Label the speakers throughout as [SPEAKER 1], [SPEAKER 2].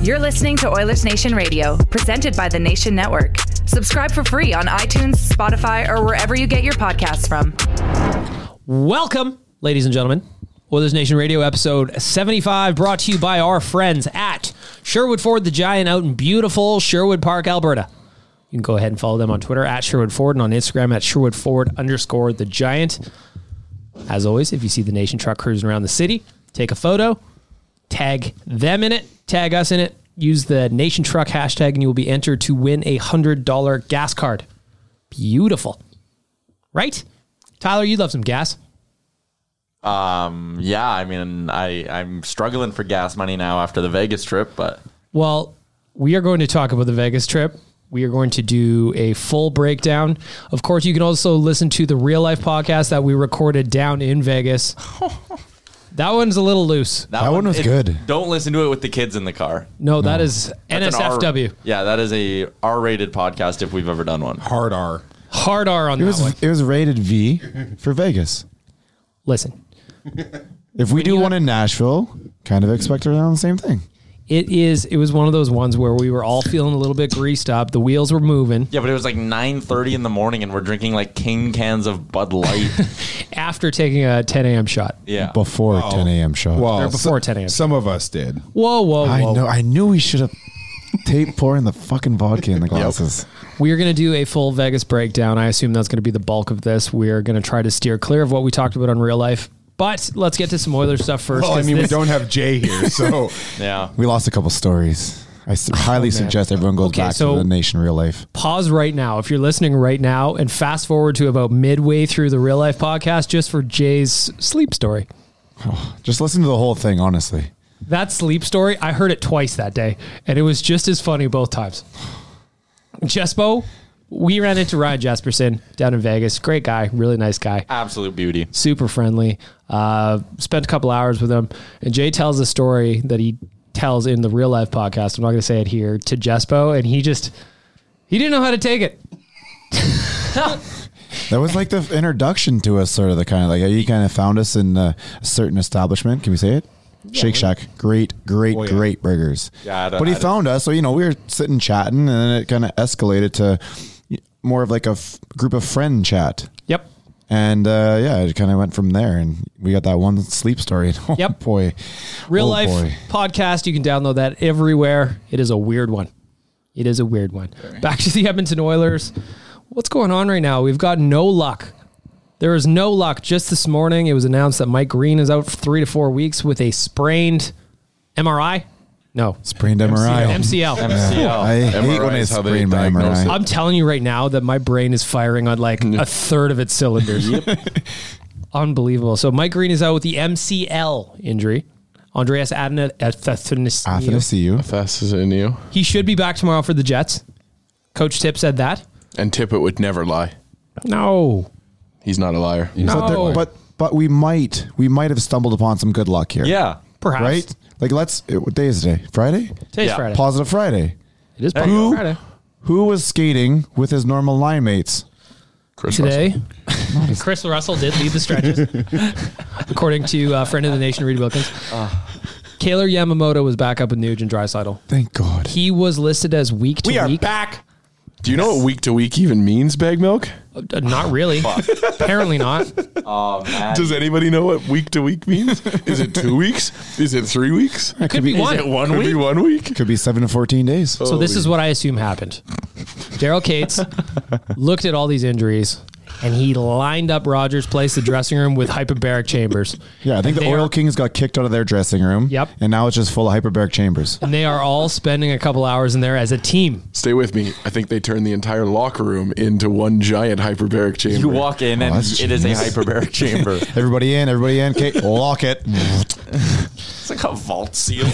[SPEAKER 1] You're listening to Oilers Nation Radio, presented by the Nation Network. Subscribe for free on iTunes, Spotify, or wherever you get your podcasts from.
[SPEAKER 2] Welcome, ladies and gentlemen. Oilers Nation Radio episode 75, brought to you by our friends at Sherwood Ford the Giant out in beautiful Sherwood Park, Alberta. You can go ahead and follow them on Twitter at Sherwood Ford and on Instagram at Sherwood Ford underscore the Giant. As always, if you see the Nation truck cruising around the city, take a photo, tag them in it, tag us in it, use the Nation Truck hashtag, and you will be entered to win a $100 gas card. Beautiful. Right? Tyler, you'd love some gas.
[SPEAKER 3] Yeah, I mean, I I'm struggling for gas money now after the Vegas trip, but
[SPEAKER 2] Well, we are going to talk about the Vegas trip. We are going to do a full breakdown. Of course, you can also listen to the real life podcast that we recorded down in Vegas. that one's a little loose.
[SPEAKER 3] that,
[SPEAKER 4] one was good.
[SPEAKER 3] Don't listen to it with the kids in the car.
[SPEAKER 2] No, that is
[SPEAKER 3] That's an R-
[SPEAKER 2] NSFW.
[SPEAKER 3] yeah, that is a R-rated podcast if we've ever done one.
[SPEAKER 4] Hard R.
[SPEAKER 2] Hard R on
[SPEAKER 4] It
[SPEAKER 2] that
[SPEAKER 4] was
[SPEAKER 2] one.
[SPEAKER 4] it was rated V for Vegas.
[SPEAKER 2] Listen,
[SPEAKER 4] If we do one in Nashville, kind of expect around the same thing.
[SPEAKER 2] it is. It was one of those ones where we were all feeling a little bit greased up. The wheels were moving.
[SPEAKER 3] Yeah, but it was like 9:30 in the morning, and we're drinking like king cans of Bud Light.
[SPEAKER 2] After taking a 10 a.m. shot.
[SPEAKER 3] yeah,
[SPEAKER 4] Before 10 a.m. shot.
[SPEAKER 2] Or
[SPEAKER 5] Well,
[SPEAKER 2] before
[SPEAKER 5] so-
[SPEAKER 2] 10 a.m.
[SPEAKER 5] Some of us did.
[SPEAKER 2] Whoa, whoa, whoa!
[SPEAKER 4] I know. I knew we should have tape pouring the fucking vodka in the glasses.
[SPEAKER 2] We are going to do a full Vegas breakdown. I assume that's going to be the bulk of this. We are going to try to steer clear of what we talked about on real life. But let's get to some Oilers stuff first.
[SPEAKER 5] Well, I
[SPEAKER 2] 'cause
[SPEAKER 5] mean, we
[SPEAKER 2] this-
[SPEAKER 5] don't have Jay here, so
[SPEAKER 3] yeah.
[SPEAKER 4] We lost a couple stories. I s- highly suggest everyone goes
[SPEAKER 2] Oh, Okay,
[SPEAKER 4] back
[SPEAKER 2] so-
[SPEAKER 4] to the nation real life.
[SPEAKER 2] pause right now. If you're listening right now and fast forward to about midway through the real life podcast just for Jay's sleep story.
[SPEAKER 4] Just listen to the whole thing, honestly.
[SPEAKER 2] That sleep story, I heard it twice that day, and it was just as funny both times. Jespo, we ran into Ryan Jasperson down in Vegas. Great guy, really nice guy.
[SPEAKER 3] absolute beauty.
[SPEAKER 2] super friendly. Uh, spent a couple hours with him, and Jay tells a story that he tells in the real life podcast. I'm not going to say it here to Jespo, and he just he didn't know how to take it.
[SPEAKER 4] That was like the f- introduction to us, sort of the kind of like you kind of found us in uh, a certain establishment. Can we say it? Shake Shack, great, great,
[SPEAKER 5] yeah.
[SPEAKER 4] great burgers.
[SPEAKER 3] Yeah, I don't-
[SPEAKER 4] but he
[SPEAKER 3] I don't-
[SPEAKER 4] found us, so you know we were sitting chatting, and then it kind of escalated to y- more of like a f- group of friend chat,
[SPEAKER 2] Yep,
[SPEAKER 4] and uh, yeah, it kind of went from there, and we got that one sleep story. And, oh,
[SPEAKER 2] Yep.
[SPEAKER 4] boy,
[SPEAKER 2] real
[SPEAKER 4] Oh,
[SPEAKER 2] life
[SPEAKER 4] boy.
[SPEAKER 2] podcast. You can download that everywhere. It is a weird one. It is a weird one. Back to the Edmonton Oilers. What's going on right now? We've got no luck. There is no luck. Just this morning, it was announced that Mike Green is out for three to four weeks with a sprained MRI. No.
[SPEAKER 4] Brain MRI.
[SPEAKER 2] MCL.
[SPEAKER 6] MCL.
[SPEAKER 4] I hate
[SPEAKER 3] MRI
[SPEAKER 4] when
[SPEAKER 3] is
[SPEAKER 4] it's
[SPEAKER 3] how they
[SPEAKER 4] brain
[SPEAKER 3] diagnose
[SPEAKER 4] MRI.
[SPEAKER 3] it.
[SPEAKER 2] I'm telling you right now that my brain is firing on like a third of its cylinders. Unbelievable. So Mike Green is out with the MCL injury. Andreas Adna
[SPEAKER 4] I'm going to see you.
[SPEAKER 3] Fast as I knew.
[SPEAKER 2] He should be back tomorrow for the Jets. Coach Tip said that.
[SPEAKER 3] And Tippett would never lie.
[SPEAKER 2] No.
[SPEAKER 3] He's not a liar.
[SPEAKER 4] But, there-
[SPEAKER 2] No.
[SPEAKER 4] but but we might we might have stumbled upon some good luck here.
[SPEAKER 6] Yeah.
[SPEAKER 2] Perhaps.
[SPEAKER 4] Right? Like let's what day is today? Friday?
[SPEAKER 2] Today's
[SPEAKER 6] Yeah.
[SPEAKER 2] Friday.
[SPEAKER 4] Positive Friday.
[SPEAKER 2] It is
[SPEAKER 6] There you
[SPEAKER 2] Positive
[SPEAKER 6] go.
[SPEAKER 2] Friday.
[SPEAKER 4] Who was skating with his normal line mates?
[SPEAKER 3] Chris
[SPEAKER 2] Today, Chris Russell did lead the stretches, according to uh, friend of the nation, Reed Wilkins.
[SPEAKER 6] Ah.
[SPEAKER 2] Kaylor Yamamoto was back up with Nuge and Drysidle.
[SPEAKER 4] Thank God.
[SPEAKER 2] He was listed as week to
[SPEAKER 3] We are
[SPEAKER 2] week.
[SPEAKER 3] back. Do you know what week to week even means, bag milk?
[SPEAKER 2] Uh, Not really. Apparently not.
[SPEAKER 3] Um,
[SPEAKER 6] Oh man.
[SPEAKER 3] Does anybody know what week to week means? Is it two weeks? Is it three weeks?
[SPEAKER 2] Could, be, one.
[SPEAKER 3] One Could be one week.
[SPEAKER 4] Could be seven to fourteen days.
[SPEAKER 1] Oh.
[SPEAKER 2] So this is what I assume happened. Daryl Cates looked at all these injuries and he lined up Rogers' place, the dressing room, with hyperbaric chambers.
[SPEAKER 4] Yeah, I think
[SPEAKER 2] And
[SPEAKER 4] the
[SPEAKER 2] they
[SPEAKER 4] Oil
[SPEAKER 2] are-
[SPEAKER 4] Kings got kicked out of their dressing room.
[SPEAKER 2] Yep.
[SPEAKER 4] And now it's just full of hyperbaric chambers.
[SPEAKER 2] And they are all spending a couple hours in there as a team.
[SPEAKER 3] Stay with me. I think they turned the entire locker room into one giant hyperbaric chamber.
[SPEAKER 6] You walk in and
[SPEAKER 4] Oh, that's
[SPEAKER 6] it is a
[SPEAKER 4] genius.
[SPEAKER 6] hyperbaric chamber.
[SPEAKER 4] Everybody in, everybody in. Kate, lock it.
[SPEAKER 6] It's like a vault seal.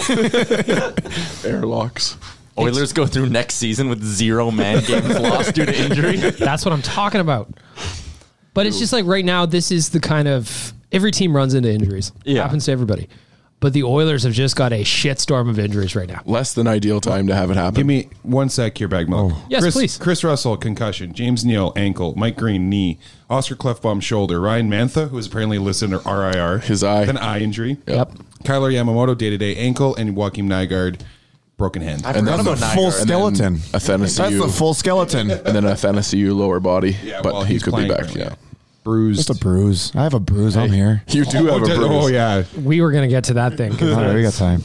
[SPEAKER 3] airlocks.
[SPEAKER 6] Oilers go through next season with zero man games lost due to injury.
[SPEAKER 2] That's what I'm talking about. But it's just like right now, this is the kind of every team runs into injuries.
[SPEAKER 6] Yeah.
[SPEAKER 2] Happens to everybody. But the Oilers have just got a shitstorm of injuries right now.
[SPEAKER 3] Less than ideal time to have it happen.
[SPEAKER 1] Give me one sec here, bag milk.
[SPEAKER 2] Yes,
[SPEAKER 1] Chris,
[SPEAKER 2] please.
[SPEAKER 1] Chris Russell, concussion. James Neal, ankle. Mike Green, knee. Oscar Clefbaum, shoulder. Ryan Mantha, who is apparently listed under RIR.
[SPEAKER 3] Oh, His eye.
[SPEAKER 1] An eye injury.
[SPEAKER 2] Yep.
[SPEAKER 1] Kyler Yamamoto, day to day ankle. And Joaquim Nygaard, broken hand.
[SPEAKER 6] I forgot about Nygaard.
[SPEAKER 4] full skeleton.
[SPEAKER 3] a
[SPEAKER 4] That's
[SPEAKER 3] fantasy you-
[SPEAKER 4] the full skeleton.
[SPEAKER 3] and then a FNSU lower body. but
[SPEAKER 1] well,
[SPEAKER 3] he
[SPEAKER 1] he's
[SPEAKER 3] could be
[SPEAKER 1] playing
[SPEAKER 3] back.
[SPEAKER 1] currently.
[SPEAKER 3] Yeah.
[SPEAKER 1] Bruised.
[SPEAKER 4] Just a bruise. I have a bruise. I'm here.
[SPEAKER 3] You do have a
[SPEAKER 1] did-
[SPEAKER 3] bruise.
[SPEAKER 1] oh, yeah.
[SPEAKER 2] We were going to get to that thing. 'cause
[SPEAKER 4] All right, we got time.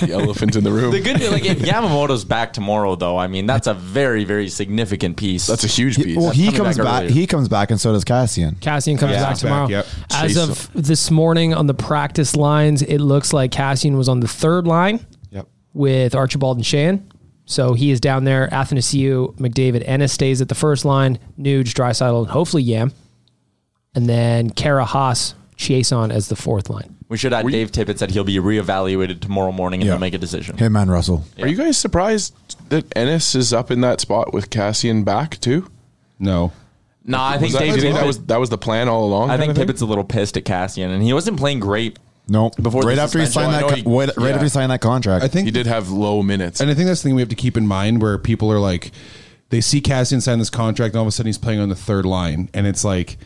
[SPEAKER 3] The elephant in the room.
[SPEAKER 6] The good news, like if Yamamoto's back tomorrow, though, I mean that's a very, very significant piece.
[SPEAKER 3] That's a huge
[SPEAKER 4] He-
[SPEAKER 3] piece.
[SPEAKER 4] well, he
[SPEAKER 6] coming
[SPEAKER 4] comes
[SPEAKER 6] back
[SPEAKER 4] back.
[SPEAKER 6] earlier.
[SPEAKER 4] He comes back, and so does Cassian.
[SPEAKER 2] Cassian comes
[SPEAKER 6] Yeah.
[SPEAKER 2] back
[SPEAKER 6] Back,
[SPEAKER 2] tomorrow.
[SPEAKER 1] yep.
[SPEAKER 2] As
[SPEAKER 3] Jeez.
[SPEAKER 2] of this morning on the practice lines, it looks like Cassian was on the third line
[SPEAKER 4] Yep.
[SPEAKER 2] with Archibald and Shan. So he is down there. Athanasiu, McDavid, Ennis stays at the first line. Nuge, Drysidle, and hopefully Yam. And then Kara Haas, Chiason as the fourth line.
[SPEAKER 6] we should add Dave Tippett said he'll be reevaluated tomorrow morning and
[SPEAKER 4] Yeah.
[SPEAKER 6] they'll make a decision.
[SPEAKER 4] Him and Russell.
[SPEAKER 3] Are you guys surprised that Ennis is up in that spot with Cassian back too?
[SPEAKER 1] No.
[SPEAKER 6] No, I think
[SPEAKER 3] Was that,
[SPEAKER 6] Dave
[SPEAKER 3] do you think that
[SPEAKER 6] Tippett-
[SPEAKER 3] was that was the plan all along.
[SPEAKER 6] I
[SPEAKER 3] kind
[SPEAKER 6] think
[SPEAKER 3] of thing?
[SPEAKER 6] Tippett's a little pissed at Cassian, and he wasn't playing great.
[SPEAKER 4] No.
[SPEAKER 6] Before
[SPEAKER 4] right
[SPEAKER 6] the
[SPEAKER 4] after he
[SPEAKER 6] suspension,
[SPEAKER 4] signed
[SPEAKER 6] I
[SPEAKER 4] that.
[SPEAKER 6] know
[SPEAKER 4] Con-
[SPEAKER 6] he-
[SPEAKER 4] right right
[SPEAKER 3] yeah.
[SPEAKER 4] after he signed that contract.
[SPEAKER 1] I think
[SPEAKER 3] he did have low minutes.
[SPEAKER 1] And I think that's the thing we have to keep in mind where people are like, they see Cassian sign this contract, and all of a sudden he's playing on the third line. And it's like,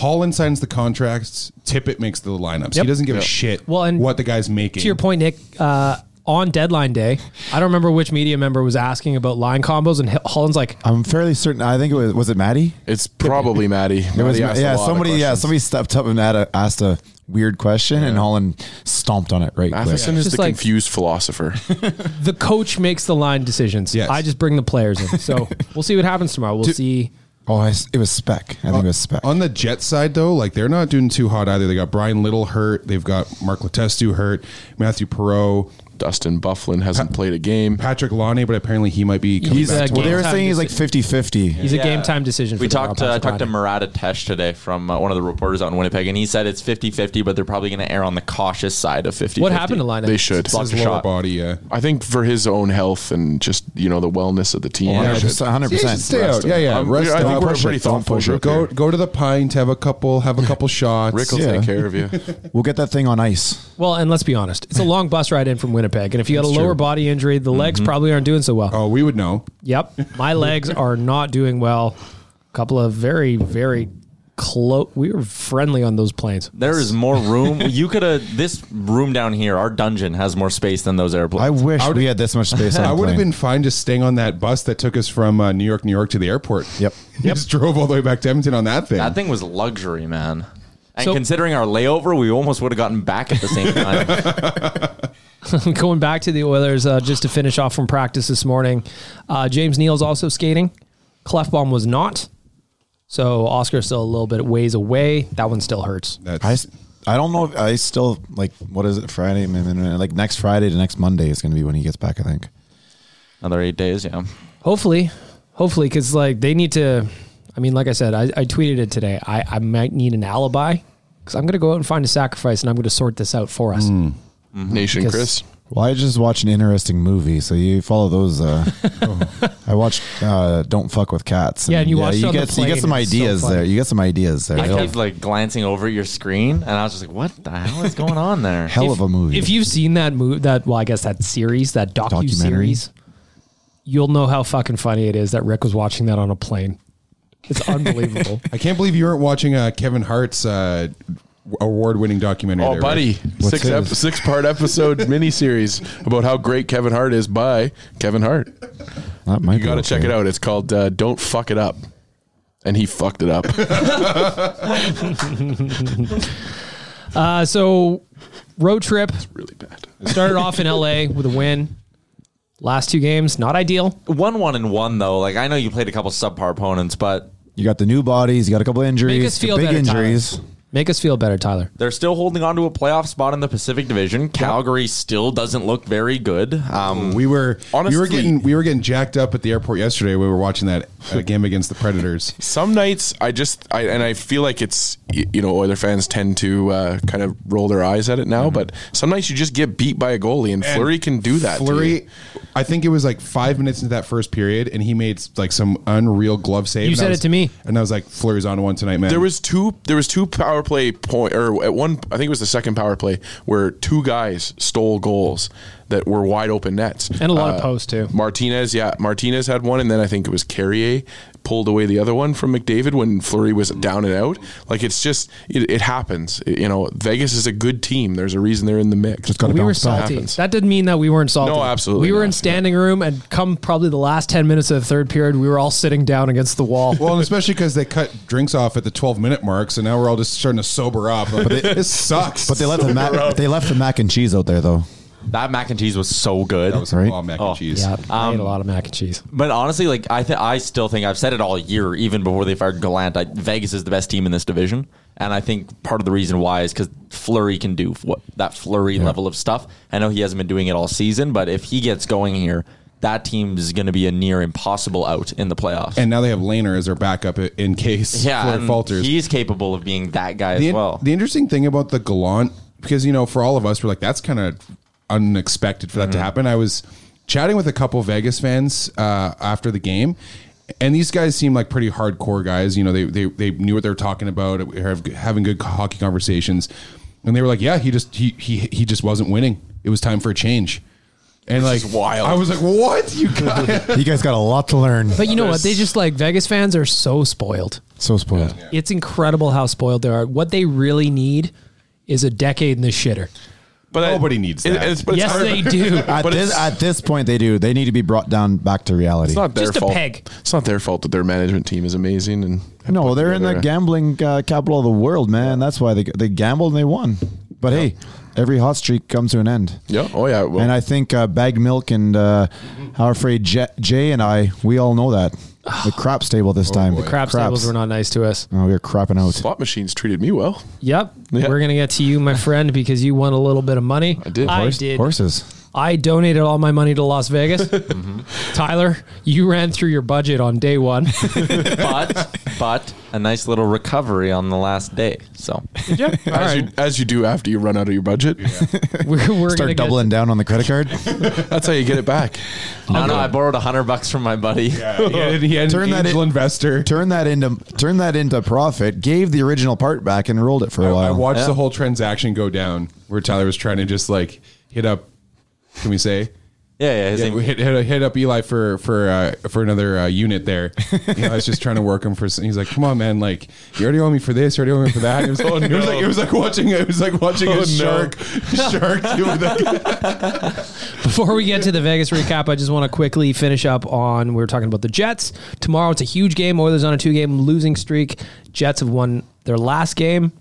[SPEAKER 1] Holland signs the contracts, Tippett makes the lineups.
[SPEAKER 2] Yep.
[SPEAKER 1] He doesn't give a shit
[SPEAKER 2] Well, and
[SPEAKER 1] what the guy's making.
[SPEAKER 2] To your point, Nick, uh, on deadline day, I don't remember which media member was asking about line combos, and H- Holland's like,
[SPEAKER 4] I'm fairly certain. I think it was was it Maddie.
[SPEAKER 3] it's probably Maddie.
[SPEAKER 4] It was,
[SPEAKER 3] Maddie asked a
[SPEAKER 4] yeah,
[SPEAKER 3] lot of
[SPEAKER 4] somebody, yeah,
[SPEAKER 3] questions.
[SPEAKER 4] somebody stepped up and had a, asked a weird question, and Holland stomped on it right quick.
[SPEAKER 3] Matheson is
[SPEAKER 2] Just
[SPEAKER 3] the
[SPEAKER 2] like-
[SPEAKER 3] confused philosopher.
[SPEAKER 2] the coach makes the line decisions.
[SPEAKER 1] Yes.
[SPEAKER 2] I just bring the players in. So we'll see what happens tomorrow. We'll see.
[SPEAKER 4] Oh, I s it was Spec. I think it was Spec.
[SPEAKER 1] On the Jet side, though, like they're not doing too hot either. They got Brian Little hurt. They've got Mark Letestu hurt. Matthew Perot,
[SPEAKER 3] Dustin Bufflin hasn't played a game.
[SPEAKER 1] Patrick Loney, but apparently he might be. Coming
[SPEAKER 2] He's
[SPEAKER 1] back
[SPEAKER 2] a
[SPEAKER 1] tomorrow.
[SPEAKER 4] well, they were
[SPEAKER 2] Game time
[SPEAKER 4] saying he's like 50 50.
[SPEAKER 2] He's a
[SPEAKER 6] Yeah.
[SPEAKER 2] game time decision. For
[SPEAKER 6] We
[SPEAKER 2] the
[SPEAKER 6] talked.
[SPEAKER 2] Royal
[SPEAKER 6] Uh, I
[SPEAKER 2] Pass
[SPEAKER 6] talked to
[SPEAKER 2] Friday.
[SPEAKER 6] Murat Atesh today from uh, one of the reporters out in Winnipeg, and he said it's 50-50, but they're probably going to err on the cautious side of 50
[SPEAKER 2] What happened to line?
[SPEAKER 3] They should.
[SPEAKER 1] It's his
[SPEAKER 6] Blocked a
[SPEAKER 1] lower
[SPEAKER 6] shot.
[SPEAKER 1] body. Yeah,
[SPEAKER 3] I think for his own health and just you know the wellness of the team.
[SPEAKER 4] Yeah,
[SPEAKER 3] they
[SPEAKER 4] just
[SPEAKER 3] should.
[SPEAKER 4] 100%.
[SPEAKER 1] stay out. Yeah, yeah.
[SPEAKER 3] Um, I think we're a pretty thoughtful group.
[SPEAKER 1] Go
[SPEAKER 3] here.
[SPEAKER 1] go to the pint. Have a couple. Have a couple shots.
[SPEAKER 3] Rick will
[SPEAKER 4] Yeah.
[SPEAKER 3] take care of you.
[SPEAKER 4] We'll get that thing on ice.
[SPEAKER 2] Well, and let's be honest, it's a long bus ride in from Winnipeg, and if you got a lower body injury,
[SPEAKER 6] Mm-hmm.
[SPEAKER 2] the legs probably aren't doing so well.
[SPEAKER 1] oh, we would know.
[SPEAKER 2] Yep, my legs are not doing well. A couple of very, very close. We were friendly on those planes.
[SPEAKER 6] There is more room. you could have this room down here. Our dungeon has more space than those
[SPEAKER 4] I
[SPEAKER 6] airplanes.
[SPEAKER 4] wish we had this much space on
[SPEAKER 1] I
[SPEAKER 4] the
[SPEAKER 1] would have
[SPEAKER 4] plane.
[SPEAKER 1] been fine just staying on that bus that took us from uh, New York, New York to the airport.
[SPEAKER 4] Yep.
[SPEAKER 1] Just drove all the way back to Edmonton on that thing.
[SPEAKER 6] that thing was luxury, man. And
[SPEAKER 2] So-
[SPEAKER 6] considering our layover, we almost would have gotten back at the same time.
[SPEAKER 2] Going back to the Oilers, uh, just to finish off from practice this morning, uh, James Neal's also skating. Clefbaum was not. So Oscar's still a little bit ways away. That one still hurts.
[SPEAKER 1] That's,
[SPEAKER 4] I s- I don't know if I still like what is it Friday? Like next Friday to next Monday is going to be when he gets back. I think
[SPEAKER 6] another eight days. Yeah,
[SPEAKER 2] Hopefully, hopefully, because like they need to. I mean, like I said, I, I tweeted it today. I, I might need an alibi because I'm going to go out and find a sacrifice, and I'm going to sort this out for us.
[SPEAKER 4] Mm,
[SPEAKER 6] Mm-hmm.
[SPEAKER 3] Nation
[SPEAKER 2] Because-
[SPEAKER 3] Chris.
[SPEAKER 4] Well, I just watched an interesting movie, so you follow those. Uh, I watched uh, "Don't Fuck with Cats."
[SPEAKER 2] Yeah, and you watched it
[SPEAKER 4] you
[SPEAKER 2] on the
[SPEAKER 4] get you get
[SPEAKER 2] plane,
[SPEAKER 4] some
[SPEAKER 2] it's so
[SPEAKER 4] ideas
[SPEAKER 2] funny.
[SPEAKER 4] there. You get some ideas there.
[SPEAKER 6] I
[SPEAKER 4] Hell,
[SPEAKER 6] kept like glancing over your screen, and I was just like, "What the hell is going on there?"
[SPEAKER 4] hell of a movie.
[SPEAKER 2] If you've seen that movie, that well, I guess that series, that docu
[SPEAKER 4] Documentary.
[SPEAKER 2] series, you'll know how fucking funny it is that Rick was watching that on a plane. It's unbelievable.
[SPEAKER 1] I can't believe you weren't watching uh, Kevin Hart's uh, award-winning documentary.
[SPEAKER 3] Oh,
[SPEAKER 1] there,
[SPEAKER 3] buddy!
[SPEAKER 1] right?
[SPEAKER 4] What's
[SPEAKER 3] Six ep-
[SPEAKER 4] his?
[SPEAKER 3] six part episode miniseries about how great Kevin Hart is by Kevin Hart.
[SPEAKER 4] That might
[SPEAKER 3] You
[SPEAKER 4] be
[SPEAKER 3] got to
[SPEAKER 4] okay.
[SPEAKER 3] check it out. It's called uh, "Don't Fuck It Up," and he fucked it up.
[SPEAKER 2] uh, so road trip
[SPEAKER 3] really bad.
[SPEAKER 2] started off in L.A. with a win. Last two games, not ideal.
[SPEAKER 6] One, one, and one though. Like I know you played a couple subpar opponents, but
[SPEAKER 4] You got the new bodies. You got a couple injuries.
[SPEAKER 2] Make us feel
[SPEAKER 4] big
[SPEAKER 2] better, Tyler.
[SPEAKER 4] injuries.
[SPEAKER 2] Make us feel better, Tyler.
[SPEAKER 6] they're still holding on to a playoff spot in the Pacific Division. Calgary still doesn't look very good. Um,
[SPEAKER 1] We were we were
[SPEAKER 6] Honestly-
[SPEAKER 1] getting we were getting jacked up at the airport yesterday. We were watching that uh, game against the Predators.
[SPEAKER 3] Some nights I just I, and I feel like it's y- you know Oiler fans tend to uh, kind of roll their eyes at it
[SPEAKER 1] Mm-hmm.
[SPEAKER 3] now, but some nights you just get beat by a goalie, and, Flurry can do that. to you.
[SPEAKER 1] Flurry, I think it was like five minutes into that first period, and he made like some unreal glove save.
[SPEAKER 2] You
[SPEAKER 1] and I
[SPEAKER 2] said
[SPEAKER 1] was-
[SPEAKER 2] it to me.
[SPEAKER 1] and I was like, "Flurry's on one tonight, man."
[SPEAKER 3] There was two. There was two power play point, or at one, I think it was the second power play where two guys stole goals that were wide open nets
[SPEAKER 2] And a lot
[SPEAKER 4] Uh,
[SPEAKER 2] of posts, too.
[SPEAKER 3] Martinez, yeah, Martinez had one, and then I think it was Carrier pulled away the other one from McDavid when Flurry was down and out. Like it's just it, it happens. you know, Vegas is a good team. There's a reason they're in the mix.
[SPEAKER 4] Just got to
[SPEAKER 2] we were
[SPEAKER 4] bounce back.
[SPEAKER 2] salty.
[SPEAKER 3] Happens.
[SPEAKER 2] That didn't mean that we weren't salty.
[SPEAKER 3] No, absolutely
[SPEAKER 2] We were
[SPEAKER 3] not.
[SPEAKER 2] in standing room, and come probably the last ten minutes of the third period, we were all sitting down against the wall.
[SPEAKER 1] well, and especially because they cut drinks off at the twelve minute mark, so now we're all just starting to sober up. Like, this sucks.
[SPEAKER 4] But they left the mac. They left the mac and cheese out there though.
[SPEAKER 6] that mac and cheese was so good.
[SPEAKER 1] that was
[SPEAKER 4] Right?
[SPEAKER 1] raw mac
[SPEAKER 6] Oh,
[SPEAKER 1] and cheese.
[SPEAKER 2] yeah, I
[SPEAKER 3] um,
[SPEAKER 2] ate a lot of mac and cheese.
[SPEAKER 6] But honestly, like I, th- I still think I've said it all year, even before they fired Gallant. I, Vegas is the best team in this division, and I think part of the reason why is because Flurry can do what that Flurry level of stuff. I know he hasn't been doing it all season, but if he gets going here, that team is going to be a near impossible out in the playoffs.
[SPEAKER 1] And now they have Laner as their backup i- in case
[SPEAKER 6] yeah,
[SPEAKER 1] Flurry
[SPEAKER 6] and
[SPEAKER 1] falters.
[SPEAKER 6] he's capable of being that guy
[SPEAKER 1] the,
[SPEAKER 6] as well.
[SPEAKER 1] the interesting thing about the Gallant, because you know, for all of us, we're like, that's kind of unexpected for that to happen. I was chatting with a couple Vegas fans uh, after the game, and these guys seem like pretty hardcore guys. You know, they they, they knew what they were talking about, we were having good hockey conversations, and they were like, yeah, he just he he he just wasn't winning. It was time for a change. And like, wild. I was like, "What you guys?
[SPEAKER 4] You guys got a lot to learn.
[SPEAKER 2] But you know what? They just like Vegas fans are so spoiled.
[SPEAKER 4] so spoiled.
[SPEAKER 2] It's incredible how spoiled they are. What they really need is a decade in the shitter.
[SPEAKER 3] But
[SPEAKER 1] Nobody needs that.
[SPEAKER 3] it's- but it's
[SPEAKER 2] yes,
[SPEAKER 3] hard-
[SPEAKER 2] they do.
[SPEAKER 4] At
[SPEAKER 3] But
[SPEAKER 4] this,
[SPEAKER 3] it's-
[SPEAKER 4] at this point, they do. They need to be brought down back to reality.
[SPEAKER 3] It's not their
[SPEAKER 2] Just a
[SPEAKER 3] fault.
[SPEAKER 2] peg.
[SPEAKER 3] It's not their fault that their management team is amazing and
[SPEAKER 4] No, they're in the gambling uh, capital of the world, man. That's why they they gambled and they won. But hey, every hot streak comes to an end.
[SPEAKER 3] Yeah. Oh yeah. Well,
[SPEAKER 4] And I think uh, Bag Milk and uh, our afraid J- Jay and I, we all know that the crap stable this time.
[SPEAKER 1] Oh, boy.
[SPEAKER 4] The
[SPEAKER 2] Crap tables were not nice to us.
[SPEAKER 4] Oh, we were crapping out.
[SPEAKER 3] slot machines treated me well.
[SPEAKER 2] Yep.
[SPEAKER 3] Yeah.
[SPEAKER 2] We're gonna get to you, my friend, because you won a little bit of money. I
[SPEAKER 3] did.
[SPEAKER 2] I
[SPEAKER 3] Horse-
[SPEAKER 2] did.
[SPEAKER 4] Horses.
[SPEAKER 2] I donated all my money to Las Vegas.
[SPEAKER 3] Mm-hmm.
[SPEAKER 2] Tyler, you ran through your budget on day one.
[SPEAKER 6] but but a nice little recovery on the last day. So
[SPEAKER 2] yeah. All
[SPEAKER 3] As,
[SPEAKER 2] right.
[SPEAKER 3] you, as you do after you run out of your budget.
[SPEAKER 2] We're, we're gonna
[SPEAKER 4] Start
[SPEAKER 2] get-
[SPEAKER 4] doubling down on the credit card.
[SPEAKER 3] That's how you get it back.
[SPEAKER 6] no, no, I borrowed a hundred bucks from my buddy.
[SPEAKER 1] he had
[SPEAKER 4] Turn
[SPEAKER 1] an
[SPEAKER 4] that
[SPEAKER 1] angel
[SPEAKER 4] in-
[SPEAKER 1] investor.
[SPEAKER 4] turn that into turn that into profit. Gave the original part back and rolled it for a
[SPEAKER 1] I, I
[SPEAKER 4] while.
[SPEAKER 1] watched
[SPEAKER 6] Yeah.
[SPEAKER 1] the whole transaction go down where Tyler was trying to just like hit up. Can we say?
[SPEAKER 6] Yeah, yeah. His
[SPEAKER 1] Yeah,
[SPEAKER 6] name-
[SPEAKER 1] we hit, hit hit up Eli for for uh, for another uh, unit there. You know, I was just trying to work him for. s- He's like, "Come on, man! Like you already owe me for this, you already owe me for that." It was, it was like it was like watching it was like watching a shark shark. doing that.
[SPEAKER 2] Before we get to the Vegas recap, I just want to quickly finish up on we were talking about the Jets. Tomorrow it's a huge game. Oilers on a two game losing streak. Jets have won their last game.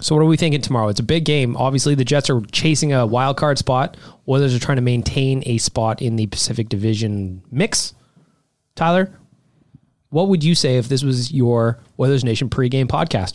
[SPEAKER 2] So what are we thinking tomorrow? It's a big game. Obviously, the Jets are chasing a wild card spot. Oilers are trying to maintain a spot in the Pacific Division mix. Tyler, what would you say if this was your Oilers Nation pregame podcast?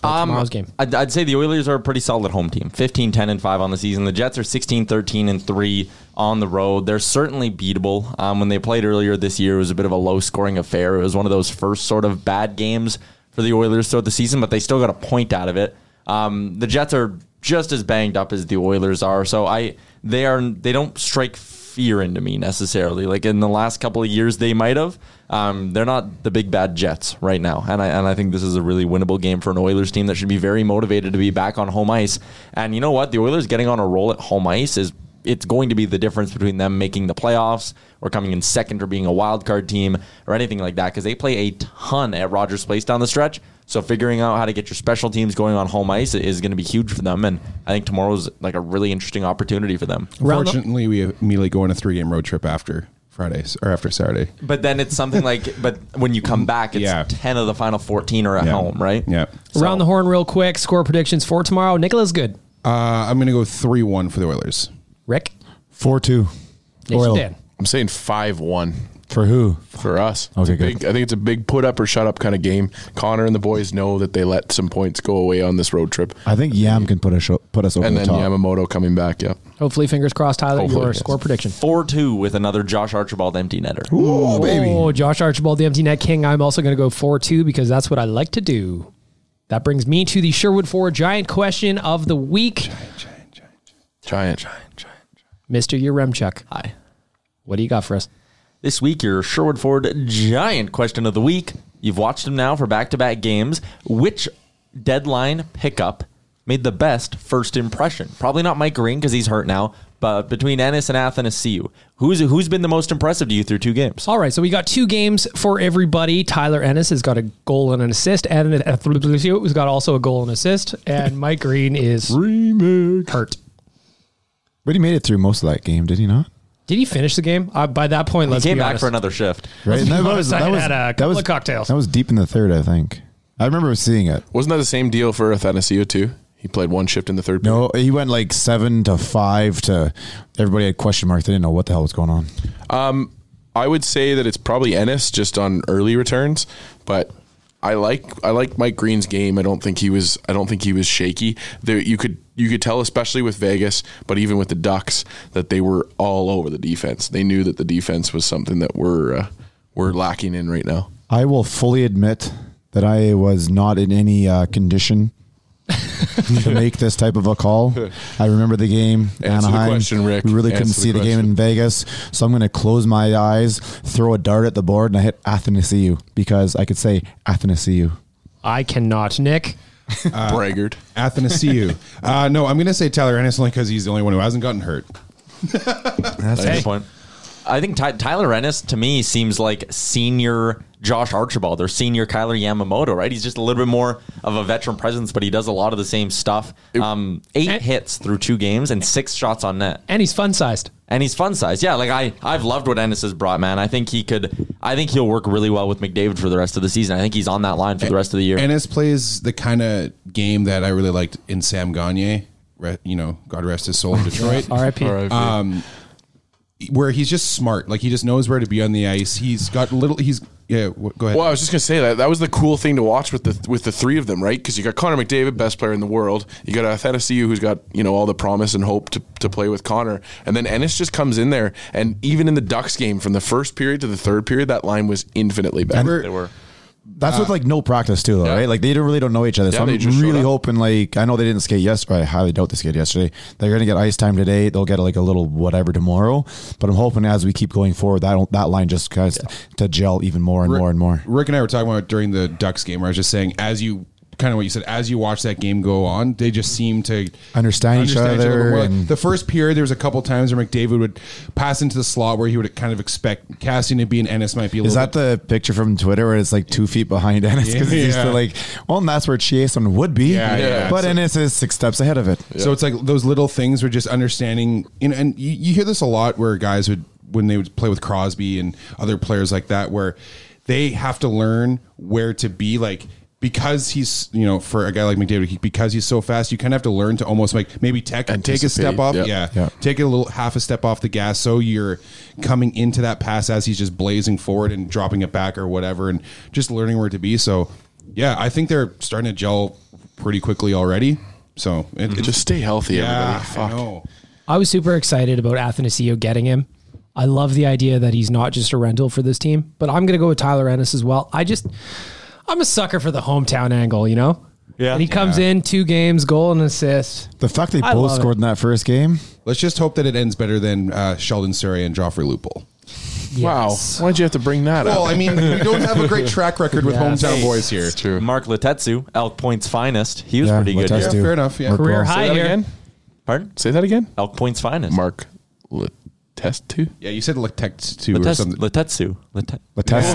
[SPEAKER 7] about
[SPEAKER 6] Um,
[SPEAKER 7] tomorrow's game?
[SPEAKER 6] I'd, I'd say the Oilers are a pretty solid home team 15 10 and 5 on the season. The Jets are 16 13 and 3 on the road. They're certainly beatable. Um, when they played earlier this year, it was a bit of a low scoring affair. It was one of those first sort of bad games for the Oilers throughout the season, but they still got a point out of it. Um, the Jets are just as banged up as the Oilers are. So I they are they don't strike fear into me necessarily. Like in the last couple of years, they might have. Um, they're not the big bad Jets right now, and I and I think this is a really winnable game for an Oilers team that should be very motivated to be back on home ice. And you know what, the Oilers getting on a roll at home ice is it's going to be the difference between them making the playoffs or coming in second or being a wild card team or anything like that because they play a ton at Rogers Place down the stretch. So figuring out how to get your special teams going on home ice is going to be huge for them, and I think tomorrow's like a really interesting opportunity for them.
[SPEAKER 7] Round up-
[SPEAKER 1] Fortunately, we immediately go on a three game road trip after Friday or after Saturday.
[SPEAKER 6] But then it's something like, but when you come back, it's
[SPEAKER 1] Yeah.
[SPEAKER 6] ten of the final fourteen are at
[SPEAKER 1] Yeah.
[SPEAKER 6] home, right?
[SPEAKER 1] Yeah.
[SPEAKER 7] Around the horn, real quick. Score predictions for tomorrow. Nicholas, good.
[SPEAKER 1] Uh, I'm going to go 3 1 for the Oilers.
[SPEAKER 7] Rick,
[SPEAKER 4] Four two.
[SPEAKER 7] Jason, Dan.
[SPEAKER 3] I'm saying five one
[SPEAKER 4] For who?
[SPEAKER 3] for us. It's
[SPEAKER 4] Okay,
[SPEAKER 3] a big,
[SPEAKER 4] good.
[SPEAKER 3] I think it's a big put up or shut up kind of game. Connor and the boys know that they let some points go away on this road trip,
[SPEAKER 4] I think Yam can put us put us over
[SPEAKER 3] and
[SPEAKER 4] the
[SPEAKER 3] then
[SPEAKER 4] top.
[SPEAKER 3] Yamamoto coming back. Yeah,
[SPEAKER 7] Hopefully, fingers crossed, Tyler,
[SPEAKER 3] Hopefully,
[SPEAKER 7] your
[SPEAKER 3] yes.
[SPEAKER 7] score prediction.
[SPEAKER 6] Four two with another Josh Archibald empty netter.
[SPEAKER 4] Ooh, baby.
[SPEAKER 7] Oh, Josh Archibald, the empty net king. I'm also going to go 4 2 because that's what I like to do. That brings me to the Sherwood 4 giant question of the week.
[SPEAKER 3] giant, giant, giant.
[SPEAKER 7] Mr. Yaremchuk,
[SPEAKER 6] Hi.
[SPEAKER 7] what do you got for us?
[SPEAKER 6] This week, your Sherwood Ford giant question of the week. You've watched him now for back to back games. Which deadline pickup made the best first impression? Probably not Mike Green because he's hurt now, but between Ennis and Athanasiu, who's who's been the most impressive to you through two games?
[SPEAKER 7] All right, so we got two games for everybody. Tyler Ennis has got a goal and an assist. Adam Athanasiou has got also a goal and assist. And Mike Green is hurt.
[SPEAKER 4] But he made it through most of that game, did he not?
[SPEAKER 7] Did he finish the game? Uh, by that point,
[SPEAKER 6] He
[SPEAKER 7] let's
[SPEAKER 6] came
[SPEAKER 7] be
[SPEAKER 6] back
[SPEAKER 7] honest.
[SPEAKER 6] for another shift.
[SPEAKER 4] Right.
[SPEAKER 7] Let's be honest, I had a couple of cocktails.
[SPEAKER 4] That was deep in the third, I think. I remember seeing it.
[SPEAKER 3] Wasn't that the same deal for Athanasio too? He played one shift in the third. period.
[SPEAKER 4] No, he went like seven to five to everybody had question marks. They didn't know what the hell was going on.
[SPEAKER 3] I would say that it's probably Ennis just on early returns, but I like I like Mike Green's game. I don't think he was I don't think he was shaky. There you could you could tell especially with Vegas, but even with the Ducks that they were all over the defense. They knew that the defense was something that we're uh, we're lacking in right now.
[SPEAKER 4] I will fully admit that I was not in any uh, condition to make this type of a call. I remember the game,
[SPEAKER 3] the
[SPEAKER 4] Anaheim.
[SPEAKER 3] question, Rick.
[SPEAKER 4] We really
[SPEAKER 3] Answer
[SPEAKER 4] couldn't
[SPEAKER 3] the
[SPEAKER 4] see the game
[SPEAKER 3] question.
[SPEAKER 4] in Vegas, so I'm going to close my eyes, throw a dart at the board, and I hit Athanasiu because I could say Athanasiu.
[SPEAKER 7] I cannot, Nick.
[SPEAKER 3] Braggart.
[SPEAKER 1] Athanasiu. uh, no, I'm going to say Tyler Ennis only because he's the only one who hasn't gotten hurt.
[SPEAKER 6] That's a good point. I think Ty- Tyler Ennis to me seems like senior Josh Archibald or senior Kyler Yamamoto, right? He's just a little bit more of a veteran presence, but he does a lot of the same stuff. Um, eight
[SPEAKER 7] And-
[SPEAKER 6] hits through two games and six shots on net,
[SPEAKER 7] And he's fun sized.
[SPEAKER 6] and he's fun size. Yeah, like I, I've loved what Ennis has brought, man. I think he could, I think he'll work really well with McDavid for the rest of the season. I think he's on that line for the rest of the year.
[SPEAKER 1] Ennis plays the kind of game that I really liked in Sam Gagne, re- you know, God rest his soul in Detroit.
[SPEAKER 7] RIP.
[SPEAKER 1] where he's just smart. Like he just knows where to be on the ice. He's got little. He's yeah. wh- Go ahead.
[SPEAKER 3] Well, I was just gonna say that that was the cool thing to watch with the with the three of them, right? Because you got Connor McDavid, best player in the world. You got Athanasiu, who's got you know all the promise and hope to, to play with Connor, and then Ennis just comes in there, and even in the Ducks game, from the first period to the third period, that line was infinitely better.
[SPEAKER 4] They were. That's
[SPEAKER 1] Ah.
[SPEAKER 4] with like no practice too, though,
[SPEAKER 3] Yeah.
[SPEAKER 4] right? Like they don't really don't know each other.
[SPEAKER 3] Yeah,
[SPEAKER 4] so
[SPEAKER 3] they
[SPEAKER 4] I'm
[SPEAKER 3] just showed
[SPEAKER 4] really
[SPEAKER 3] up.
[SPEAKER 4] hoping like I know they didn't skate yesterday. I highly doubt they skated yesterday. They're gonna get ice time today. They'll get like a little whatever tomorrow. But I'm hoping as we keep going forward, that that line just guys to gel even more and more and more.
[SPEAKER 1] Rick and I were talking about it during the Ducks game. Where I was just saying, as you kind of what you said, as you watch that game go on, they just seem to
[SPEAKER 4] Understand each
[SPEAKER 1] a little
[SPEAKER 4] other
[SPEAKER 1] more. Like,
[SPEAKER 4] and-
[SPEAKER 1] the first period, there was a couple times where McDavid would pass into the slot where he would kind of expect Cassian to be and Ennis might be. A
[SPEAKER 4] Is
[SPEAKER 1] little
[SPEAKER 4] that
[SPEAKER 1] bit-
[SPEAKER 4] the picture from Twitter where it's like two feet behind Ennis because he's used
[SPEAKER 1] Yeah.
[SPEAKER 4] to like, well, and that's where Chieson would be,
[SPEAKER 1] Yeah, yeah.
[SPEAKER 4] but
[SPEAKER 1] So-
[SPEAKER 4] Ennis is six steps ahead of it.
[SPEAKER 1] So it's like those little things were just understanding, you know, and you, you hear this a lot where guys would, when they would play with Crosby and other players like that, where they have to learn where to be like, because he's, you know, for a guy like McDavid, he- because he's so fast, you kind of have to learn to almost like maybe tech and take a step
[SPEAKER 3] Anticipate,
[SPEAKER 1] off.
[SPEAKER 3] yeah.
[SPEAKER 1] Yeah.
[SPEAKER 4] Yeah.
[SPEAKER 1] Take a little half a step off the gas. So you're coming into that pass as he's just blazing forward and dropping it back or whatever and just learning where to be. So yeah, I think they're starting to gel pretty quickly already. So it, it
[SPEAKER 3] Just Mm-hmm. stay healthy,
[SPEAKER 1] yeah,
[SPEAKER 3] everybody.
[SPEAKER 1] I
[SPEAKER 3] Fuck.
[SPEAKER 1] know.
[SPEAKER 2] I was super excited about Athanasio getting him. I love the idea that he's not just a rental for this team, but I'm going to go with Tyler Ennis as well. I just, I'm a sucker for the hometown angle, you know?
[SPEAKER 8] Yeah.
[SPEAKER 2] And he comes in two games, goal and assist.
[SPEAKER 4] The fact they
[SPEAKER 2] I
[SPEAKER 4] both
[SPEAKER 2] love it.
[SPEAKER 4] scored in that first game,
[SPEAKER 1] Let's just hope that it ends better than uh, Sheldon Surrey and Joffrey Loophole.
[SPEAKER 2] Yes.
[SPEAKER 3] Wow. Why'd you have to bring that
[SPEAKER 1] Well,
[SPEAKER 3] up?
[SPEAKER 1] I mean, we don't have a great track record with
[SPEAKER 2] Yes.
[SPEAKER 1] hometown boys here.
[SPEAKER 3] It's true.
[SPEAKER 6] Mark Letetsu, Elk Point's finest. He was
[SPEAKER 4] Yeah,
[SPEAKER 6] pretty good.
[SPEAKER 4] Letetsu.
[SPEAKER 1] Yeah,
[SPEAKER 6] here.
[SPEAKER 4] Dude,
[SPEAKER 1] fair enough. Yeah.
[SPEAKER 4] Mark
[SPEAKER 2] Career
[SPEAKER 4] Ross.
[SPEAKER 2] high
[SPEAKER 3] Say that
[SPEAKER 2] here.
[SPEAKER 3] again.
[SPEAKER 6] Pardon?
[SPEAKER 3] Say that again.
[SPEAKER 6] Elk Point's finest.
[SPEAKER 3] Mark Letestu.
[SPEAKER 1] Yeah, you said Lectect two or
[SPEAKER 6] Letes-
[SPEAKER 1] something.
[SPEAKER 6] Letetsu. Lete-
[SPEAKER 4] Latest, Latest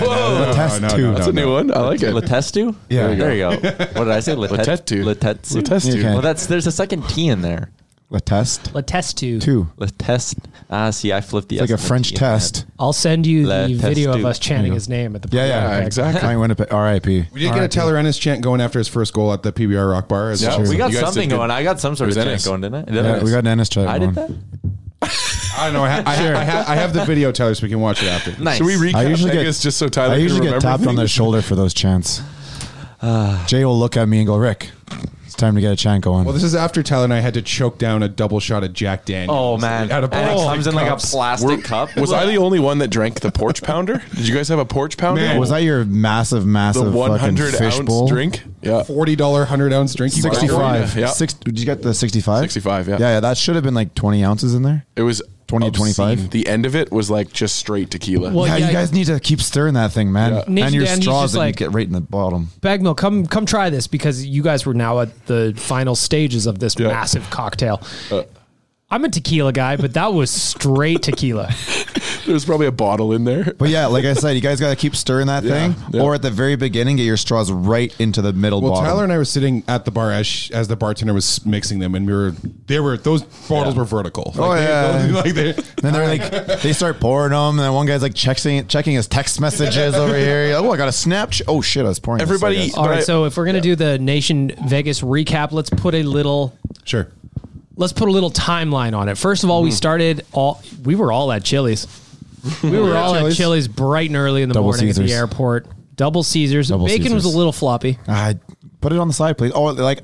[SPEAKER 1] no, no,
[SPEAKER 4] two.
[SPEAKER 1] no.
[SPEAKER 3] That's a new one. I like it.
[SPEAKER 6] Letestu?
[SPEAKER 4] Oh, Yeah.
[SPEAKER 6] There you go. What did I say? Letet-
[SPEAKER 3] Letetsu.
[SPEAKER 6] Letetsu.
[SPEAKER 3] Letetsu.
[SPEAKER 4] Okay.
[SPEAKER 6] Well, that's there's a second T in there.
[SPEAKER 4] Latest
[SPEAKER 2] Let's to.
[SPEAKER 4] two.
[SPEAKER 6] Letest. Ah, see, I flipped the S
[SPEAKER 4] It's like a
[SPEAKER 6] and the
[SPEAKER 4] French
[SPEAKER 6] T in my head.
[SPEAKER 4] test.
[SPEAKER 2] I'll send you
[SPEAKER 6] Let
[SPEAKER 2] the
[SPEAKER 6] us
[SPEAKER 2] video of
[SPEAKER 6] do.
[SPEAKER 2] us chanting
[SPEAKER 4] There you
[SPEAKER 2] his name at the
[SPEAKER 4] Yeah, yeah,
[SPEAKER 2] Winnipeg.
[SPEAKER 3] exactly.
[SPEAKER 4] Flying Winnipeg. R.I.P.
[SPEAKER 1] We did get a Taylor Ennis chant going after his first goal at the PBR Rock Bar. as
[SPEAKER 3] Yeah,
[SPEAKER 1] well.
[SPEAKER 6] Oh, We got
[SPEAKER 3] You guys did
[SPEAKER 6] something
[SPEAKER 3] good.
[SPEAKER 6] going. I got some sort of
[SPEAKER 3] It was
[SPEAKER 6] chant
[SPEAKER 3] Ennis.
[SPEAKER 6] going, didn't I?
[SPEAKER 4] Yeah, we got an Ennis chat.
[SPEAKER 6] I did
[SPEAKER 4] going.
[SPEAKER 6] that.
[SPEAKER 1] I don't know. I, ha- I, ha- I, ha- I have the video, Taylor, so we can watch it after.
[SPEAKER 6] Nice.
[SPEAKER 3] Should we recap
[SPEAKER 4] I usually get
[SPEAKER 3] Vegas just so Tyler
[SPEAKER 4] I
[SPEAKER 3] can
[SPEAKER 4] usually get
[SPEAKER 3] remember
[SPEAKER 4] tapped on the
[SPEAKER 3] things?
[SPEAKER 4] shoulder for those chants. Jay will look at me and go, "Rick, it's time to get a chant going."
[SPEAKER 1] Well, this is after Tyler and I had to choke down a double shot of Jack Daniels.
[SPEAKER 6] Oh man! And
[SPEAKER 1] Out
[SPEAKER 6] it
[SPEAKER 1] of plastic
[SPEAKER 6] comes in like a
[SPEAKER 1] cups.
[SPEAKER 6] plastic
[SPEAKER 3] Were-
[SPEAKER 6] cup.
[SPEAKER 3] Was I the only one that drank the porch pounder? Did you guys have a porch pounder?
[SPEAKER 1] Man,
[SPEAKER 4] was that your massive,
[SPEAKER 3] the
[SPEAKER 4] massive fucking
[SPEAKER 3] 100
[SPEAKER 4] fish
[SPEAKER 3] ounce
[SPEAKER 4] bowl?
[SPEAKER 3] drink? Yeah.
[SPEAKER 1] forty dollar hundred ounce drink. you bought.
[SPEAKER 4] Sixty-five.
[SPEAKER 3] Yeah.
[SPEAKER 4] Six, did you get the sixty-five?
[SPEAKER 3] 65, yeah.
[SPEAKER 4] Yeah, that should have been like twenty ounces in there.
[SPEAKER 3] It was
[SPEAKER 4] 20,
[SPEAKER 3] obscene.
[SPEAKER 4] 25?
[SPEAKER 3] The end of it was like just straight tequila.
[SPEAKER 2] Well,
[SPEAKER 4] yeah,
[SPEAKER 2] yeah.
[SPEAKER 4] you guys need to keep stirring that thing, man.
[SPEAKER 2] Ninja
[SPEAKER 4] And your
[SPEAKER 2] Dan, he's
[SPEAKER 4] straws
[SPEAKER 2] just
[SPEAKER 4] that
[SPEAKER 2] like-
[SPEAKER 4] you get right in the bottom.
[SPEAKER 2] Bagmill, come come try this because you guys were now at the final stages of this
[SPEAKER 3] Yeah.
[SPEAKER 2] massive cocktail.
[SPEAKER 4] Uh,
[SPEAKER 2] I'm a tequila guy, but that was straight tequila.
[SPEAKER 3] there was probably a bottle in there.
[SPEAKER 4] But yeah, like I said, you guys got to keep stirring that
[SPEAKER 3] Yeah,
[SPEAKER 4] thing,
[SPEAKER 3] yeah.
[SPEAKER 4] or at the very beginning, get your straws right into the middle
[SPEAKER 1] Well,
[SPEAKER 4] bottom.
[SPEAKER 1] Tyler and I were sitting at the bar as sh- as the bartender was mixing them, and we were they were those bottles were vertical.
[SPEAKER 4] Oh,
[SPEAKER 1] they-
[SPEAKER 4] yeah.
[SPEAKER 1] they- like they.
[SPEAKER 4] Then they're like, they start pouring them, and then one guy's like checking checking his text messages over here. You're like, oh, I got a Snapchat. Oh shit, I was pouring. this, I
[SPEAKER 3] Everybody-
[SPEAKER 4] guess."
[SPEAKER 2] All
[SPEAKER 3] But
[SPEAKER 2] right,
[SPEAKER 3] I-
[SPEAKER 2] so if we're gonna do the Nation Vegas recap, let's put a little
[SPEAKER 1] Sure.
[SPEAKER 2] let's put a little timeline on it. First of all,
[SPEAKER 4] Hmm.
[SPEAKER 2] we started all we were all at Chili's. We were all at
[SPEAKER 1] Chili's.
[SPEAKER 2] Chili's bright and early in the
[SPEAKER 4] Double
[SPEAKER 2] morning at
[SPEAKER 4] Caesars.
[SPEAKER 2] the airport. Double Caesars.
[SPEAKER 4] Double
[SPEAKER 2] Bacon was
[SPEAKER 4] Caesars.
[SPEAKER 2] a little floppy.
[SPEAKER 4] Ah, I put it on the side, please. Oh, like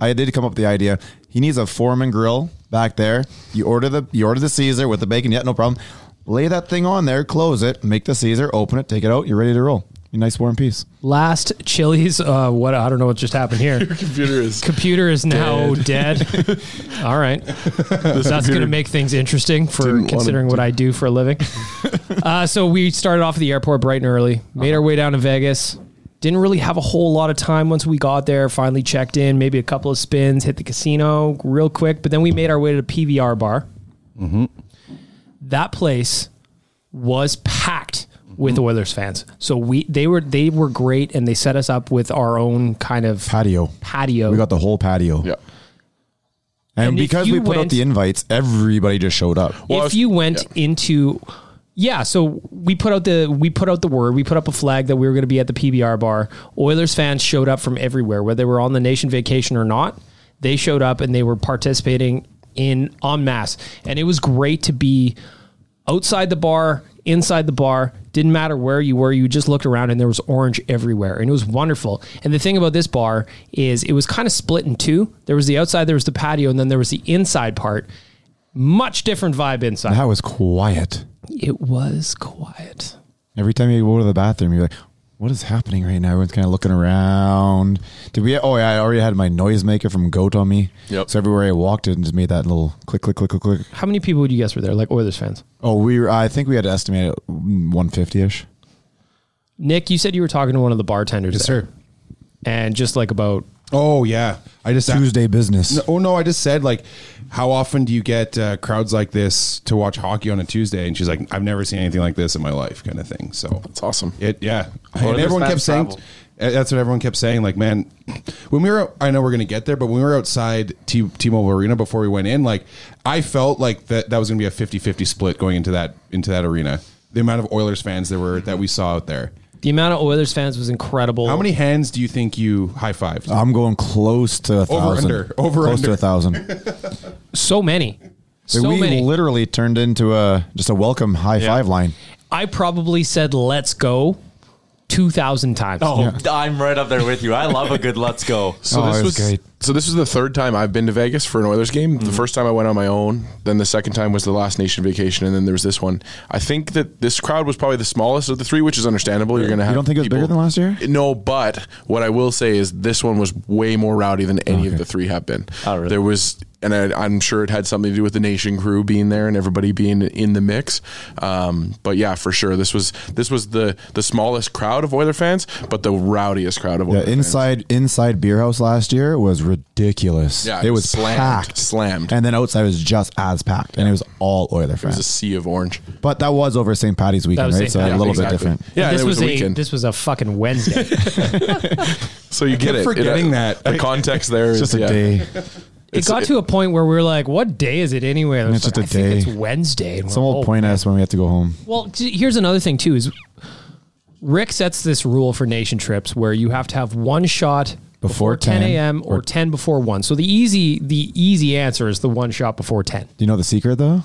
[SPEAKER 4] I did come up with the idea. He needs a Foreman grill back there. You order the you order the Caesar with the bacon. Yeah, no problem. Lay that thing on there, close it, make the Caesar, open it, take it out. You're ready to roll. You nice warm piece.
[SPEAKER 2] Last Chili's, uh, what I don't know what just happened here.
[SPEAKER 3] Computer is
[SPEAKER 2] computer is now dead. All right. That's going to make things interesting for
[SPEAKER 3] wanna
[SPEAKER 2] considering what I do for a living. uh, so we started off at the airport bright and early, made
[SPEAKER 3] Uh-huh.
[SPEAKER 2] our way down to Vegas. Didn't really have a whole lot of time once we got there. Finally checked in, maybe a couple of spins, hit the casino real quick. But then we made our way to the PVR bar.
[SPEAKER 3] Mm-hmm.
[SPEAKER 2] That place was packed
[SPEAKER 3] Mm-hmm.
[SPEAKER 2] with Oilers fans. So we they were they were great, and they set us up with our own kind of
[SPEAKER 4] Patio.
[SPEAKER 2] patio.
[SPEAKER 4] We got the whole patio.
[SPEAKER 3] yeah.
[SPEAKER 4] And,
[SPEAKER 2] And if
[SPEAKER 4] because
[SPEAKER 2] you
[SPEAKER 4] we put out
[SPEAKER 2] went-
[SPEAKER 4] the invites, everybody just showed up.
[SPEAKER 3] Well, I
[SPEAKER 2] if
[SPEAKER 3] was-
[SPEAKER 2] you went into yeah so we put out the we put out the word we put up a flag that we were going to be at the pbr bar oilers fans showed up from everywhere whether they were on the nation vacation or not they showed up and they were participating in en masse and it was great to be outside the bar inside the bar didn't matter where you were you just looked around and there was orange everywhere and it was wonderful and the thing about this bar is it was kind of split in two there was the outside there was the patio and then there was the inside part much different vibe inside
[SPEAKER 4] That was quiet.
[SPEAKER 2] it was quiet.
[SPEAKER 4] Every time you go to the bathroom, you're like, what is happening right now? Everyone's kind of looking around. Did we? Oh, yeah, I already had my noisemaker from Goat on me.
[SPEAKER 3] Yep.
[SPEAKER 4] So everywhere I walked, it just made that little click, click, click, click, click.
[SPEAKER 2] How many people would you guess were there? Like Oilers fans.
[SPEAKER 4] Oh, we were, I think we had to estimate it 150 ish.
[SPEAKER 2] Nick, you said you were talking to one of the bartenders. there. And just like about
[SPEAKER 1] Oh yeah, I just
[SPEAKER 4] Tuesday business.
[SPEAKER 1] No, oh no, I just said like, how often do you get uh, crowds like this to watch hockey on a Tuesday? And she's like, I've never seen anything like this in my life, kind of thing. So
[SPEAKER 3] It's awesome.
[SPEAKER 1] It yeah,
[SPEAKER 3] Well,
[SPEAKER 1] and
[SPEAKER 3] there's
[SPEAKER 1] everyone
[SPEAKER 3] that
[SPEAKER 1] kept saying
[SPEAKER 3] travel.
[SPEAKER 1] uh, that's what everyone kept saying. Like, man, when we were, I know we're gonna get there, but when we were outside T T-Mobile Arena before we went in, like, I felt like that that was gonna be a 50-50 split going into that into that arena. The amount of Oilers fans there were that we saw out there.
[SPEAKER 2] the amount of Oilers fans was incredible.
[SPEAKER 1] How many hands do you think you high fived?
[SPEAKER 4] I'm going close to a thousand.
[SPEAKER 1] under, over
[SPEAKER 4] close to
[SPEAKER 1] under.
[SPEAKER 4] a thousand.
[SPEAKER 2] So many. So
[SPEAKER 4] we
[SPEAKER 2] many.
[SPEAKER 4] literally turned into a just a welcome high five line.
[SPEAKER 2] I probably said let's go 2,000 times.
[SPEAKER 6] Oh, I'm right up there with you. I love a good let's go.
[SPEAKER 3] So
[SPEAKER 4] Oh,
[SPEAKER 3] this was, so this was the third time I've been to Vegas for an Oilers game.
[SPEAKER 4] Mm-hmm.
[SPEAKER 3] The first time I went on my own, then the second time was the last nation vacation, and then there was this one. I think that this crowd was probably the smallest of the three, which is understandable. You're going to have
[SPEAKER 4] You don't think it was
[SPEAKER 3] people-
[SPEAKER 4] bigger than last year?
[SPEAKER 3] No, but what I will say is this one was way more rowdy than any of the three have been.
[SPEAKER 6] Oh, really?
[SPEAKER 3] There was, and I, I'm sure it had something to do with the nation crew being there and everybody being in the mix. Um, but yeah, for sure, this was this was the the smallest crowd of Oiler fans, but the rowdiest crowd of Oiler
[SPEAKER 4] Yeah,
[SPEAKER 3] fans.
[SPEAKER 4] inside inside beer house last year was ridiculous.
[SPEAKER 3] Yeah,
[SPEAKER 4] it was
[SPEAKER 3] slammed,
[SPEAKER 4] packed,
[SPEAKER 3] slammed.
[SPEAKER 4] and then outside was just as packed, and it was all Oiler
[SPEAKER 3] It was
[SPEAKER 4] fans.
[SPEAKER 3] a sea of orange.
[SPEAKER 4] but that was over St. Patty's weekend,
[SPEAKER 2] was
[SPEAKER 4] right?
[SPEAKER 2] St.
[SPEAKER 4] So a
[SPEAKER 2] Patty's,
[SPEAKER 4] little
[SPEAKER 3] exactly.
[SPEAKER 4] bit different.
[SPEAKER 3] Yeah,
[SPEAKER 2] this
[SPEAKER 3] it was,
[SPEAKER 2] was,
[SPEAKER 3] a
[SPEAKER 2] a,
[SPEAKER 3] weekend.
[SPEAKER 2] this was a fucking Wednesday.
[SPEAKER 3] so you get
[SPEAKER 1] kept
[SPEAKER 3] it.
[SPEAKER 1] forgetting
[SPEAKER 3] It, uh,
[SPEAKER 1] that.
[SPEAKER 3] the context there is
[SPEAKER 4] Just a
[SPEAKER 3] yeah.
[SPEAKER 4] day.
[SPEAKER 2] it got to a point where we were like, "What day is it anyway?" And I was
[SPEAKER 4] It's
[SPEAKER 2] like,
[SPEAKER 4] just a
[SPEAKER 2] "I think
[SPEAKER 4] day.
[SPEAKER 2] it's Wednesday. And we're
[SPEAKER 4] Some will
[SPEAKER 2] like, "Oh,
[SPEAKER 4] point at us when we have to go home.
[SPEAKER 2] Well, t- here's another thing too is Rick sets this rule for nation trips where you have to have one shot
[SPEAKER 4] Before
[SPEAKER 2] 10
[SPEAKER 4] 10
[SPEAKER 2] a.m. or 10 before 1. So the easy the easy answer is the one shot before 10.
[SPEAKER 4] Do you know the secret though?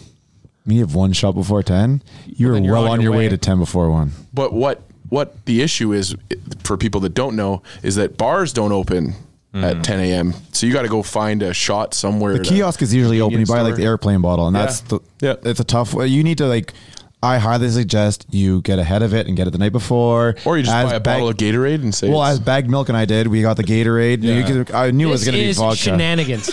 [SPEAKER 4] When you have one shot before ten, you're well,
[SPEAKER 2] then you're
[SPEAKER 4] on, your way. to ten before one.
[SPEAKER 3] But what what the issue is for people that don't know is that bars don't open
[SPEAKER 2] Mm.
[SPEAKER 3] at 10 a.m. So you got to go find a shot somewhere.
[SPEAKER 4] The
[SPEAKER 3] to-
[SPEAKER 4] kiosk is usually open. You
[SPEAKER 3] convenience
[SPEAKER 4] buy like the
[SPEAKER 3] store.
[SPEAKER 4] airplane bottle, and that's
[SPEAKER 3] Yeah.
[SPEAKER 4] the
[SPEAKER 3] Yeah.
[SPEAKER 4] It's a tough. way. You need to like. I highly suggest you get ahead of it and get it the night before,
[SPEAKER 3] Or you just
[SPEAKER 4] As
[SPEAKER 3] buy a
[SPEAKER 4] bag-
[SPEAKER 3] bottle of Gatorade and say,
[SPEAKER 4] Well,
[SPEAKER 3] it's-
[SPEAKER 4] as bagged milk and I did, we got the Gatorade. You could- I knew it was
[SPEAKER 2] This
[SPEAKER 4] going to be
[SPEAKER 2] is
[SPEAKER 4] vodka.
[SPEAKER 2] shenanigans.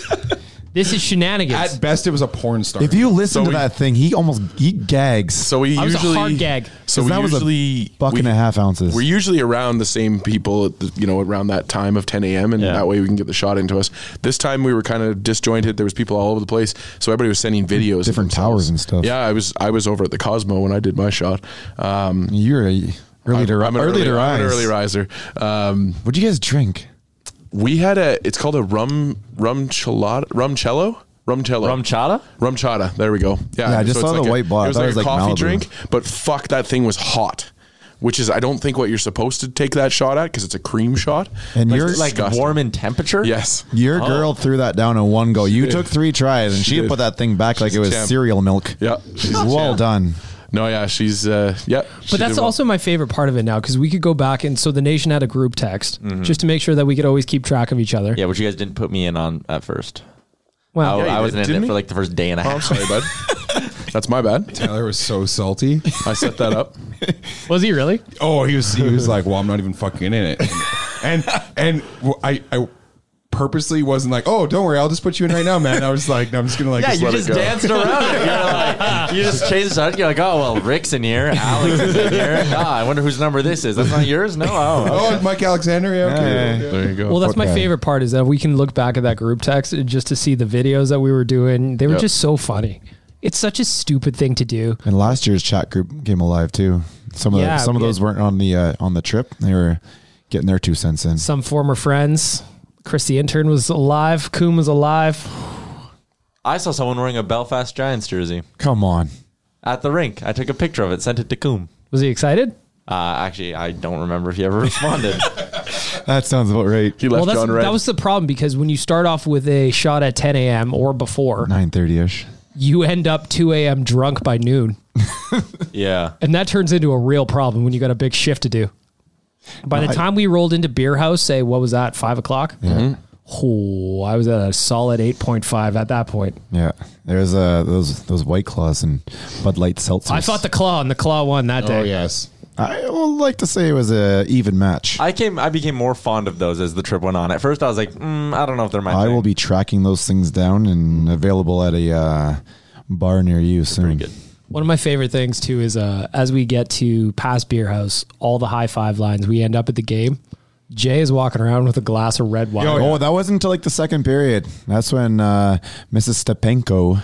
[SPEAKER 2] this is shenanigans.
[SPEAKER 1] At best, it was a porn star.
[SPEAKER 4] if you listen
[SPEAKER 3] So
[SPEAKER 4] to
[SPEAKER 3] we-
[SPEAKER 4] that thing, he almost he gags.
[SPEAKER 3] so we
[SPEAKER 2] I was a
[SPEAKER 3] usually
[SPEAKER 2] hard gag.
[SPEAKER 3] So
[SPEAKER 4] 'Cause
[SPEAKER 3] we
[SPEAKER 4] that was a
[SPEAKER 3] usually
[SPEAKER 4] buck
[SPEAKER 3] we-
[SPEAKER 4] and a half ounces.
[SPEAKER 3] We're usually around the same people, at the, you know, around that time of 10 a.m. And
[SPEAKER 6] Yeah.
[SPEAKER 3] that way we can get the shot into us. This time we were kind of disjointed. There was people all over the place, so everybody was sending videos, of
[SPEAKER 4] Different
[SPEAKER 3] themselves.
[SPEAKER 4] towers and stuff.
[SPEAKER 3] Yeah, I was I was over at the Cosmo when I did my shot. Um,
[SPEAKER 4] You're a early to,
[SPEAKER 3] I'm an
[SPEAKER 4] early to rise.
[SPEAKER 3] I'm an early riser. Um,
[SPEAKER 4] What do you guys drink?
[SPEAKER 3] we had a. It's called a rum rum chelada rum cello rum cello
[SPEAKER 6] Rum chata?
[SPEAKER 3] rum chata. There we go. Yeah,
[SPEAKER 4] Yeah, I just
[SPEAKER 3] it's
[SPEAKER 4] saw the
[SPEAKER 3] like a-
[SPEAKER 4] white bar. I
[SPEAKER 3] It was
[SPEAKER 4] thought
[SPEAKER 3] like
[SPEAKER 4] it was
[SPEAKER 3] a
[SPEAKER 4] like
[SPEAKER 3] coffee
[SPEAKER 4] Malibu.
[SPEAKER 3] drink, but fuck, that thing was hot. Which is, I don't think what you're supposed to take that shot at because it's a cream shot.
[SPEAKER 4] And
[SPEAKER 3] That's
[SPEAKER 4] you're-
[SPEAKER 6] Like
[SPEAKER 3] disgusting.
[SPEAKER 6] warm in temperature?
[SPEAKER 3] Yes.
[SPEAKER 4] Your girl threw that down in one go. You took three tries, and she,
[SPEAKER 3] did.
[SPEAKER 4] put that thing back like
[SPEAKER 3] She's
[SPEAKER 4] it
[SPEAKER 3] a
[SPEAKER 4] was
[SPEAKER 3] champ.
[SPEAKER 4] cereal milk.
[SPEAKER 3] Yeah. She's a
[SPEAKER 4] well
[SPEAKER 3] champ.
[SPEAKER 4] done.
[SPEAKER 3] No, yeah, she's uh, yeah. she
[SPEAKER 2] But that's
[SPEAKER 3] did well.
[SPEAKER 2] also my favorite part of it now because we could go back and so the nation had a group text just to make sure that we could always keep track of each other.
[SPEAKER 6] Yeah, Oh, which you guys didn't put me in on at first.
[SPEAKER 2] Well,
[SPEAKER 6] I,
[SPEAKER 3] Oh, you
[SPEAKER 6] I wasn't
[SPEAKER 3] did,
[SPEAKER 6] in it
[SPEAKER 3] didn't
[SPEAKER 6] for
[SPEAKER 3] we?
[SPEAKER 6] like the first day and a
[SPEAKER 3] Oh, I'm
[SPEAKER 6] half.
[SPEAKER 3] sorry, bud. that's my bad.
[SPEAKER 1] Tyler was so salty.
[SPEAKER 3] I set that up.
[SPEAKER 2] was he really?
[SPEAKER 1] Oh, he was he was like, well, I'm not even fucking in it, and and well, I I purposely wasn't like, oh, don't worry, I'll just put you in right now, man. I was like, no, I'm just gonna like,
[SPEAKER 6] Yeah,
[SPEAKER 1] just
[SPEAKER 6] you
[SPEAKER 1] let
[SPEAKER 6] just
[SPEAKER 1] it go.
[SPEAKER 6] danced around it. You're like, you just changed it. You're like, oh well, Rick's in here, Alex is in here. Nah, I wonder whose number this is. That's not yours. No, oh, okay.
[SPEAKER 1] Oh, Mike Alexander, yeah, okay.
[SPEAKER 4] Yeah.
[SPEAKER 1] okay.
[SPEAKER 3] There you go.
[SPEAKER 2] Well, that's my
[SPEAKER 4] Okay.
[SPEAKER 2] favorite part is that we can look back at that group text just to see the videos that we were doing. They were
[SPEAKER 3] Yep.
[SPEAKER 2] just so funny. It's such a stupid thing to do.
[SPEAKER 4] And last year's chat group came alive too. Some of
[SPEAKER 2] Yeah,
[SPEAKER 4] the, some of
[SPEAKER 2] we
[SPEAKER 4] those
[SPEAKER 2] had-
[SPEAKER 4] weren't on the uh, on the trip. They were getting their two cents in.
[SPEAKER 2] Some former friends. Chris the intern was alive. Coom was alive.
[SPEAKER 6] I saw someone wearing a Belfast Giants jersey
[SPEAKER 4] Come on,
[SPEAKER 6] at the rink. I took a picture of it, sent it to Coombe.
[SPEAKER 2] Was he excited?
[SPEAKER 6] Uh, actually, I don't remember if he ever responded.
[SPEAKER 4] that sounds about right.
[SPEAKER 3] He
[SPEAKER 2] well,
[SPEAKER 3] left
[SPEAKER 2] that's,
[SPEAKER 3] John Red.
[SPEAKER 2] that was the problem because when you start off with a shot at 10 a.m. or before,
[SPEAKER 4] Nine thirty ish.
[SPEAKER 2] you end up 2 a.m. drunk by noon.
[SPEAKER 6] yeah.
[SPEAKER 2] And that turns into a real problem when you got a big shift to do. By the time we rolled into Beer House, say, what was that, 5 o'clock?
[SPEAKER 1] Mm-hmm.
[SPEAKER 2] Oh, I was at a solid 8.5 at that point.
[SPEAKER 4] Yeah, there was uh, those those white claws and Bud Light seltzers.
[SPEAKER 2] I fought the claw, and the claw won that day.
[SPEAKER 1] Oh yes,
[SPEAKER 4] I would like to say it was a even match. I,
[SPEAKER 6] I came. I became more fond of those as the trip went on. At first, I was like, mm, I don't know if they're my. thing.
[SPEAKER 4] will be tracking those things down and available at a uh, bar near you soon.
[SPEAKER 6] good.
[SPEAKER 2] One of my favorite things, too, is uh, as we get to past Beer House, all the high five lines, we end up at the game. Jay is walking around with a glass of red wine.
[SPEAKER 4] Oh, that wasn't until like the second period. That's when uh, Mrs. Stepenko,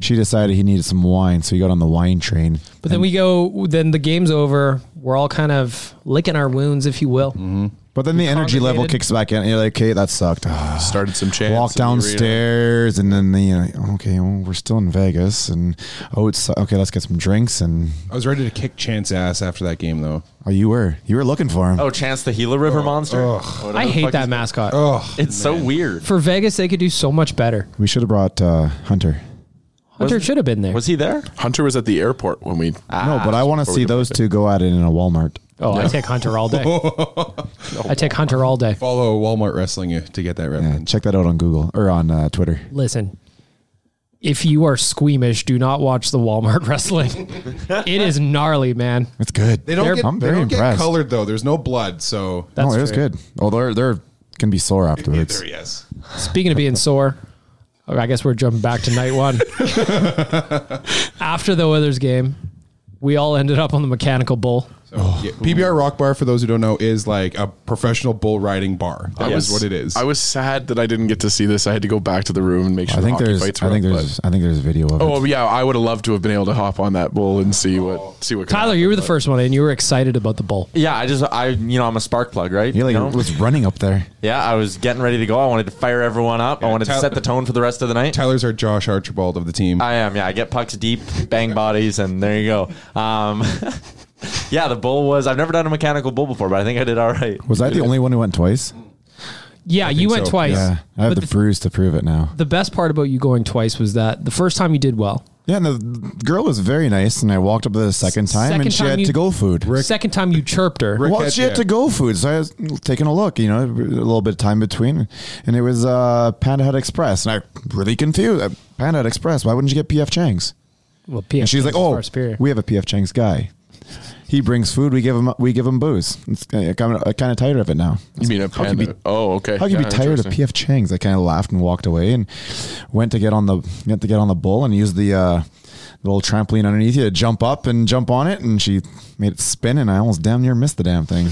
[SPEAKER 4] she decided he needed some wine, so he got on the wine train.
[SPEAKER 2] But then we go, then the game's over. We're all kind of licking our wounds, if you will.
[SPEAKER 1] Mm.
[SPEAKER 4] But then the energy level
[SPEAKER 2] congregated.
[SPEAKER 4] kicks back in, and you're like, okay, that sucked. Ah.
[SPEAKER 3] started some chants.
[SPEAKER 4] Walk
[SPEAKER 3] in the arena.
[SPEAKER 4] downstairs, and then the you know, okay, well, we're still in Vegas, and oh, it's okay. Let's get some drinks, and
[SPEAKER 1] I was ready to kick Chance ass after that game though.
[SPEAKER 4] oh, you were you were looking for him.
[SPEAKER 6] Oh, Chance the Gila River Monster. Whatever
[SPEAKER 2] I
[SPEAKER 6] the
[SPEAKER 2] hate
[SPEAKER 6] fuck
[SPEAKER 2] that
[SPEAKER 6] is-
[SPEAKER 2] mascot.
[SPEAKER 1] Oh,
[SPEAKER 6] It's so weird.
[SPEAKER 2] For Vegas, they could do so much better.
[SPEAKER 4] We should have brought uh, Hunter.
[SPEAKER 2] Hunter should have been there.
[SPEAKER 6] Was he there?
[SPEAKER 3] Hunter was at the airport when we.
[SPEAKER 4] no, but I want to
[SPEAKER 3] before Ah, we
[SPEAKER 4] see
[SPEAKER 3] go back
[SPEAKER 4] those
[SPEAKER 3] to-
[SPEAKER 4] two go at it in a Walmart.
[SPEAKER 2] Oh, I
[SPEAKER 1] Yeah.
[SPEAKER 2] take Hunter all day. I take Hunter all day.
[SPEAKER 1] Follow Walmart Wrestling uh, to get that
[SPEAKER 4] Yeah,
[SPEAKER 3] Mm-hmm.
[SPEAKER 1] reference.
[SPEAKER 4] check that out on Google or on uh, Twitter.
[SPEAKER 2] Listen, if you are squeamish, do not watch the Walmart wrestling. it is gnarly, man.
[SPEAKER 4] It's good.
[SPEAKER 1] They don't
[SPEAKER 2] They're-
[SPEAKER 1] get
[SPEAKER 4] I'm
[SPEAKER 1] they
[SPEAKER 4] very
[SPEAKER 1] don't get
[SPEAKER 4] impressed.
[SPEAKER 1] colored though. There's no blood, so
[SPEAKER 2] That's
[SPEAKER 4] no, it was
[SPEAKER 2] true.
[SPEAKER 4] good. Although they're, they're can be sore afterwards.
[SPEAKER 1] either yes.
[SPEAKER 2] Speaking of being sore, okay, I guess we're jumping back to night one. After the Oilers game, we all ended up on the mechanical bull.
[SPEAKER 1] So, yeah, PBR Rock Bar, for those who don't know, is like a professional bull riding bar. That
[SPEAKER 3] I
[SPEAKER 1] is
[SPEAKER 3] was-
[SPEAKER 1] what it is.
[SPEAKER 3] I was sad that I didn't get to see this. I had to go back to the room and make sure
[SPEAKER 4] I
[SPEAKER 3] the
[SPEAKER 4] think
[SPEAKER 3] hockey
[SPEAKER 4] there's
[SPEAKER 3] fights
[SPEAKER 4] I
[SPEAKER 3] were
[SPEAKER 4] think
[SPEAKER 3] up,
[SPEAKER 4] there's I think there's video of
[SPEAKER 3] but-
[SPEAKER 4] it.
[SPEAKER 3] Oh yeah, I would have loved to have been able to hop on that bull and see what see what. could
[SPEAKER 2] Tyler,
[SPEAKER 3] happen,
[SPEAKER 2] you were the
[SPEAKER 3] but-
[SPEAKER 2] first one, and you were excited about the bull.
[SPEAKER 6] Yeah, I just I you know I'm a spark plug, right?
[SPEAKER 4] He like
[SPEAKER 6] You know?
[SPEAKER 4] was running up there.
[SPEAKER 6] Yeah, I was getting ready to go. I wanted to fire everyone up. I wanted
[SPEAKER 1] Tyler-
[SPEAKER 6] to set the tone for the rest of the night.
[SPEAKER 1] Tyler's our Josh Archibald of the team.
[SPEAKER 6] I am. Yeah, I get pucks deep, bang bodies, and there you go. Um, yeah, the bull was. I've never done a mechanical bull before, but I think I did all right.
[SPEAKER 4] Was I the only one who went twice?
[SPEAKER 2] Yeah, you went
[SPEAKER 1] so.
[SPEAKER 2] twice.
[SPEAKER 4] Yeah, I have
[SPEAKER 2] But
[SPEAKER 4] the, bruise to prove it now.
[SPEAKER 2] the best part about you going twice was that the first time you did well.
[SPEAKER 4] Yeah, and the girl was very nice, and I walked up to the second time,
[SPEAKER 2] Second
[SPEAKER 4] and she
[SPEAKER 2] time
[SPEAKER 4] had
[SPEAKER 2] you-
[SPEAKER 4] to go food.
[SPEAKER 2] Second time you chirped her.
[SPEAKER 1] Rick
[SPEAKER 4] well,
[SPEAKER 1] had-
[SPEAKER 4] she had
[SPEAKER 1] yeah.
[SPEAKER 4] to go food, so I was taking a look. You know, a little bit of time between, and it was uh, Panda Hut Express, and I really confused. Uh, Panda Hut Express. Why wouldn't you get PF Chang's?
[SPEAKER 2] Well, PF
[SPEAKER 4] And she's like,
[SPEAKER 2] is
[SPEAKER 4] "Oh,
[SPEAKER 2] far superior.
[SPEAKER 4] we have a PF Chang's guy. He brings food. We give him. We give him booze. It's kind of, I'm kind of tired of it now.
[SPEAKER 3] You mean a
[SPEAKER 4] How can you
[SPEAKER 3] panda?
[SPEAKER 4] be-
[SPEAKER 3] oh, okay.
[SPEAKER 4] How can you
[SPEAKER 3] Yeah,
[SPEAKER 4] be tired of
[SPEAKER 3] interesting.
[SPEAKER 4] PF Chang's? I kind of laughed and walked away and went to get on the went to get on the bull and use the uh, little trampoline underneath you to jump up and jump on it and she made it spin and I almost damn near missed the damn thing.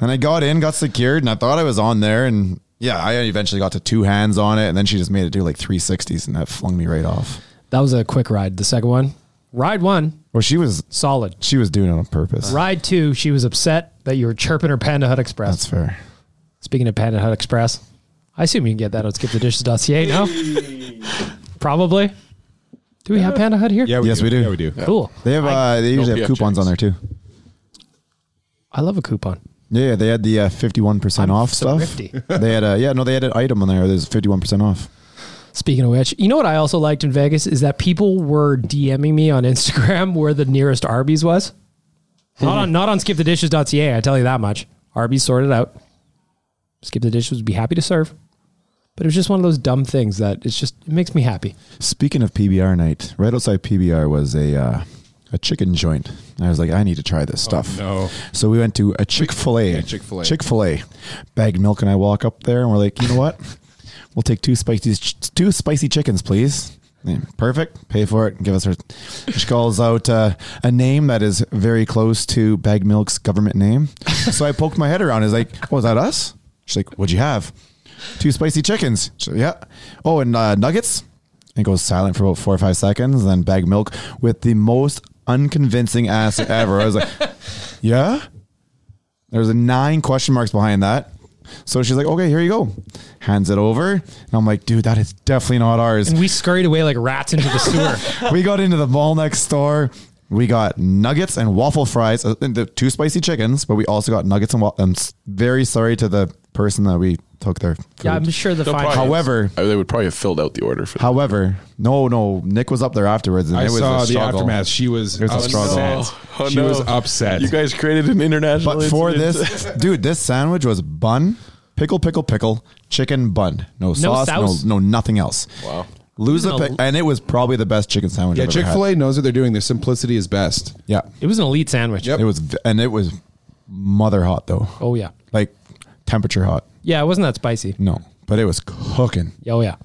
[SPEAKER 4] and I got in, got secured, and I thought I was on there and yeah, I eventually got to two hands on it and then she just made it do like three sixties and that flung me right off.
[SPEAKER 2] that was a quick ride. The second one, ride one,
[SPEAKER 4] Well, she was
[SPEAKER 2] solid.
[SPEAKER 4] she was doing it on purpose.
[SPEAKER 2] Ride two, she was upset that you were chirping her Panda Hut Express.
[SPEAKER 4] That's fair.
[SPEAKER 2] Speaking of Panda Hut Express, I assume you can get that on skipthedishes.ca now. Probably. Do we have Panda Hut here?
[SPEAKER 1] yeah,
[SPEAKER 4] yes, we do.
[SPEAKER 1] Yeah, we do.
[SPEAKER 2] Cool.
[SPEAKER 4] They have uh, they usually have
[SPEAKER 3] PF
[SPEAKER 4] coupons on there too.
[SPEAKER 2] I love a coupon.
[SPEAKER 4] Yeah, yeah, they had the uh, fifty-one percent
[SPEAKER 2] I'm
[SPEAKER 4] off
[SPEAKER 2] so
[SPEAKER 4] stuff.
[SPEAKER 2] nifty.
[SPEAKER 4] they had a yeah, no, they had an item on there. There's fifty-one percent off.
[SPEAKER 2] Speaking of which, you know what I also liked in Vegas is that people were DMing me on Instagram where the nearest Arby's was. Not on not on skipthedishes.ca, I tell you that much. Arby's sorted out. Skip the dishes would be happy to serve. But it was just one of those dumb things that it's just it makes me happy.
[SPEAKER 4] Speaking of PBR night, right outside PBR was a uh, a chicken joint. And I was like, I need to try
[SPEAKER 2] Oh,
[SPEAKER 4] this stuff.
[SPEAKER 1] no.
[SPEAKER 4] So we went to a Chick Fil A.
[SPEAKER 1] Yeah, Chick-fil-A.
[SPEAKER 4] Chick Fil A. Bag milk, and I walk up there, and we're like, you know what? we'll take two spicy ch- two spicy chickens, please. Yeah, perfect. Pay for it. and Give us her. She calls out uh, a name that is very close to Bag Milk's government name. So I poked my head around. Is like, oh, is that us? She's like, what'd you have? Two spicy chickens. So yeah. Oh, and uh, nuggets. And it goes silent for about four or five seconds. Then Bag Milk with the most unconvincing ass ever. I was like, yeah. There's a nine question marks behind that. So she's like, okay, here you go. Hands it over. And I'm like, dude, that is definitely not ours.
[SPEAKER 2] And we scurried away like rats into the sewer.
[SPEAKER 4] we got into the mall next store. We got nuggets and waffle fries, uh, and the two spicy chickens, but we also got nuggets and waffle. I'm s- very sorry to the person that we took their food.
[SPEAKER 2] Yeah, I'm sure the
[SPEAKER 3] They'll
[SPEAKER 2] fine.
[SPEAKER 3] probably-
[SPEAKER 4] However-
[SPEAKER 3] Uh, they would probably have filled out the order for. that.
[SPEAKER 4] However, no, no, Nick was up there afterwards. And
[SPEAKER 1] I
[SPEAKER 4] it was
[SPEAKER 1] saw
[SPEAKER 4] a
[SPEAKER 1] the
[SPEAKER 4] struggle.
[SPEAKER 1] aftermath. She was
[SPEAKER 4] It was a
[SPEAKER 1] upset.
[SPEAKER 4] struggle.
[SPEAKER 3] Oh,
[SPEAKER 1] she
[SPEAKER 3] no.
[SPEAKER 1] was upset.
[SPEAKER 3] You guys created an international.
[SPEAKER 4] But for
[SPEAKER 3] incident.
[SPEAKER 4] this, dude, this sandwich was bun, pickle, pickle, pickle, chicken bun. No sauce,
[SPEAKER 2] sauce?
[SPEAKER 4] no no nothing else. Wow. Lose the
[SPEAKER 2] No.
[SPEAKER 4] pick, and it was probably the best chicken sandwich.
[SPEAKER 1] yeah,
[SPEAKER 4] I've ever
[SPEAKER 1] Chick
[SPEAKER 4] had.
[SPEAKER 1] Fil A knows what they're doing. Their simplicity is best.
[SPEAKER 4] Yeah,
[SPEAKER 2] It was an elite sandwich.
[SPEAKER 1] Yep.
[SPEAKER 4] it was, v- and it was mother hot though,
[SPEAKER 2] Oh yeah.
[SPEAKER 4] like temperature hot.
[SPEAKER 2] Yeah, it wasn't that spicy.
[SPEAKER 4] No, but it was cooking.
[SPEAKER 2] Oh yeah.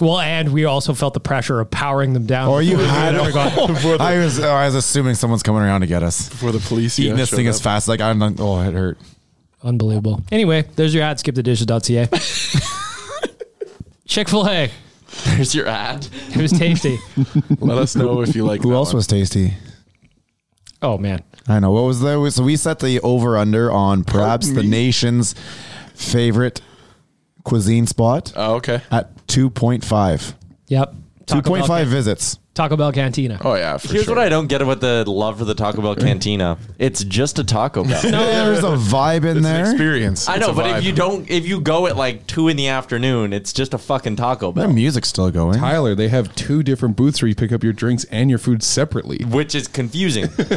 [SPEAKER 2] Well, and we also felt the pressure of powering them down.
[SPEAKER 4] Or you had.
[SPEAKER 2] Never gone.
[SPEAKER 4] I was, oh, I was assuming someone's coming around to get us.
[SPEAKER 3] for the police,
[SPEAKER 4] Eating
[SPEAKER 3] yeah,
[SPEAKER 4] this
[SPEAKER 3] showed
[SPEAKER 4] thing
[SPEAKER 3] up.
[SPEAKER 4] as fast, like I'm, like, oh, it hurt.
[SPEAKER 2] Unbelievable. Anyway, there's your ad, skipthedishes.ca. Chick fil A. It
[SPEAKER 6] There's your ad.
[SPEAKER 2] was tasty.
[SPEAKER 3] Let us know if you like.
[SPEAKER 4] Who
[SPEAKER 3] that
[SPEAKER 4] else
[SPEAKER 3] one.
[SPEAKER 4] was tasty?
[SPEAKER 2] Oh, man.
[SPEAKER 4] I know. What was the so we set the over under on perhaps the nation's favorite cuisine spot
[SPEAKER 3] Oh, okay.
[SPEAKER 4] at two point five.
[SPEAKER 2] Yep.
[SPEAKER 4] Two
[SPEAKER 2] Taco Bell
[SPEAKER 4] point five
[SPEAKER 2] came-
[SPEAKER 4] visits.
[SPEAKER 2] Taco Bell Cantina.
[SPEAKER 3] Oh yeah, for
[SPEAKER 6] Here's
[SPEAKER 3] sure.
[SPEAKER 6] what I don't get about the love for the Taco Bell cantina. It's just a Taco Bell.
[SPEAKER 4] There's a vibe in
[SPEAKER 3] It's an
[SPEAKER 4] there.
[SPEAKER 3] experience.
[SPEAKER 6] I
[SPEAKER 3] It's
[SPEAKER 6] know,
[SPEAKER 3] a
[SPEAKER 6] but
[SPEAKER 3] vibe.
[SPEAKER 6] if you don't, if you go at like two in the afternoon, it's just a fucking Taco
[SPEAKER 4] Their
[SPEAKER 6] Bell,
[SPEAKER 4] music's still going.
[SPEAKER 1] Tyler, they have two different booths where you pick up your drinks and your food separately.
[SPEAKER 6] which is confusing. Um, like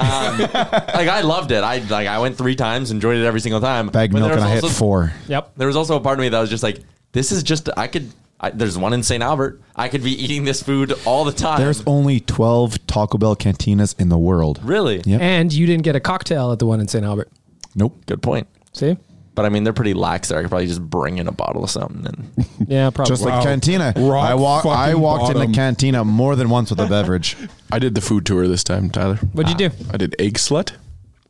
[SPEAKER 6] I loved it. I like I went three times, enjoyed it every single time.
[SPEAKER 4] Bag
[SPEAKER 6] But
[SPEAKER 4] milk
[SPEAKER 6] there
[SPEAKER 4] and
[SPEAKER 6] was
[SPEAKER 4] I hit
[SPEAKER 6] also-
[SPEAKER 4] four.
[SPEAKER 2] Yep.
[SPEAKER 6] There was also a part of me that was just like, this is just I could. I, there's one in St. Albert. I could be eating this food all the time.
[SPEAKER 4] There's only 12 Taco Bell cantinas in the world.
[SPEAKER 6] really
[SPEAKER 4] Yep.
[SPEAKER 2] And you didn't get a cocktail at the one in St. Albert.
[SPEAKER 4] Nope.
[SPEAKER 6] good point.
[SPEAKER 2] See?
[SPEAKER 6] But I mean, they're pretty lax there. I could probably just bring in a bottle of something. And
[SPEAKER 2] Yeah, probably.
[SPEAKER 4] Just like cantina.
[SPEAKER 1] Rock
[SPEAKER 4] I walk. I
[SPEAKER 1] fucking
[SPEAKER 4] walked in
[SPEAKER 1] bottom.
[SPEAKER 4] the cantina more than once with a beverage.
[SPEAKER 3] I did the food tour this time, Tyler. Ah,
[SPEAKER 2] What'd you do?
[SPEAKER 3] I did egg slut.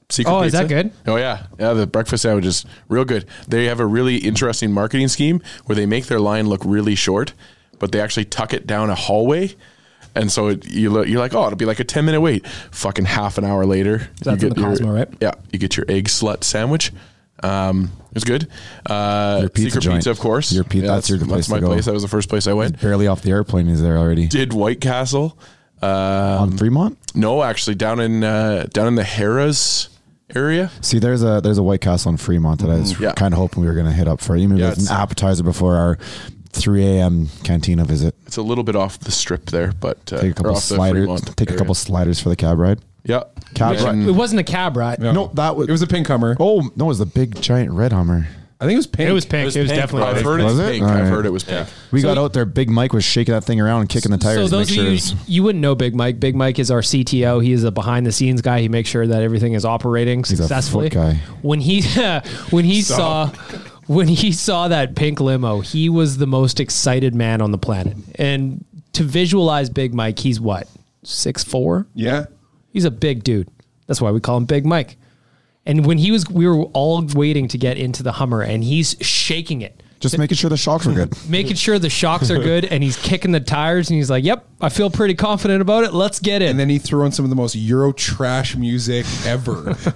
[SPEAKER 3] Secret
[SPEAKER 2] Oh, is that
[SPEAKER 3] pizza.
[SPEAKER 2] good?
[SPEAKER 3] Oh yeah, yeah. The breakfast sandwich is real good. They have a really interesting marketing scheme where they make their line look really short, but they actually tuck it down a hallway, and so it, you look, you're like, oh, it'll be like a ten minute wait. Fucking half an hour later,
[SPEAKER 2] That's
[SPEAKER 3] you
[SPEAKER 2] in the
[SPEAKER 3] your-
[SPEAKER 2] Cosmo, right?
[SPEAKER 3] Yeah, you get your egg slut sandwich. Um, it was good. Uh,
[SPEAKER 4] Your pizza
[SPEAKER 3] secret
[SPEAKER 4] joint.
[SPEAKER 3] pizza, of course.
[SPEAKER 4] Your pi- that's your place
[SPEAKER 3] That's
[SPEAKER 4] to
[SPEAKER 3] my
[SPEAKER 4] go.
[SPEAKER 3] place. That was the first place I went.
[SPEAKER 4] Barely off the airplane, he's there already.
[SPEAKER 3] Did White Castle. Uh,
[SPEAKER 4] On Fremont.
[SPEAKER 3] no, actually, down in uh, down in the Harrah's area.
[SPEAKER 4] See, there's a there's a White Castle in Fremont that I was
[SPEAKER 3] Mm-hmm. Yeah.
[SPEAKER 4] kind of hoping we were going to hit up for. Even
[SPEAKER 3] Yeah,
[SPEAKER 4] as an
[SPEAKER 3] it's-
[SPEAKER 4] appetizer before our 3 a.m. cantina visit.
[SPEAKER 3] It's a little bit off the strip there, but uh,
[SPEAKER 4] Take a
[SPEAKER 3] or
[SPEAKER 4] couple
[SPEAKER 3] off the
[SPEAKER 4] sliders.
[SPEAKER 3] Fremont
[SPEAKER 4] Take a
[SPEAKER 3] area.
[SPEAKER 4] couple sliders for the cab ride.
[SPEAKER 3] Yeah,
[SPEAKER 4] Cab
[SPEAKER 3] Yeah.
[SPEAKER 4] ride.
[SPEAKER 2] it wasn't a cab ride.
[SPEAKER 4] No, that was
[SPEAKER 1] It was a pink hummer.
[SPEAKER 4] Oh no, it was the big giant red Hummer.
[SPEAKER 1] I think it was pink.
[SPEAKER 2] It was pink. It was,
[SPEAKER 6] pink,
[SPEAKER 2] definitely
[SPEAKER 3] I've
[SPEAKER 2] pink.
[SPEAKER 3] heard
[SPEAKER 4] Was
[SPEAKER 3] it's
[SPEAKER 4] it?
[SPEAKER 3] pink.
[SPEAKER 4] All
[SPEAKER 3] I've
[SPEAKER 4] right.
[SPEAKER 3] heard it was pink.
[SPEAKER 4] We got
[SPEAKER 2] So-
[SPEAKER 4] out there. Big Mike was shaking that thing around and kicking the tires.
[SPEAKER 2] So
[SPEAKER 4] to make
[SPEAKER 2] those of
[SPEAKER 4] sure it
[SPEAKER 2] you
[SPEAKER 4] was-
[SPEAKER 2] you wouldn't know Big Mike. Big Mike is our CTO. He is a behind the scenes guy. He makes sure that everything is operating
[SPEAKER 4] a foot
[SPEAKER 2] successfully.
[SPEAKER 4] guy.
[SPEAKER 2] When he when he saw when he saw that pink limo, he was the most excited man on the planet. And to visualize Big Mike, he's what six four.
[SPEAKER 1] Yeah.
[SPEAKER 2] He's a big dude. That's why we call him Big Mike. And when he was, we were all waiting to get into the Hummer, and he's shaking it
[SPEAKER 4] just making sure the shocks were good.
[SPEAKER 2] making sure the shocks are good and he's kicking the tires and he's like, "Yep, I feel pretty confident about it. Let's get
[SPEAKER 1] And
[SPEAKER 2] in."
[SPEAKER 1] then he threw on some of the most Euro trash music ever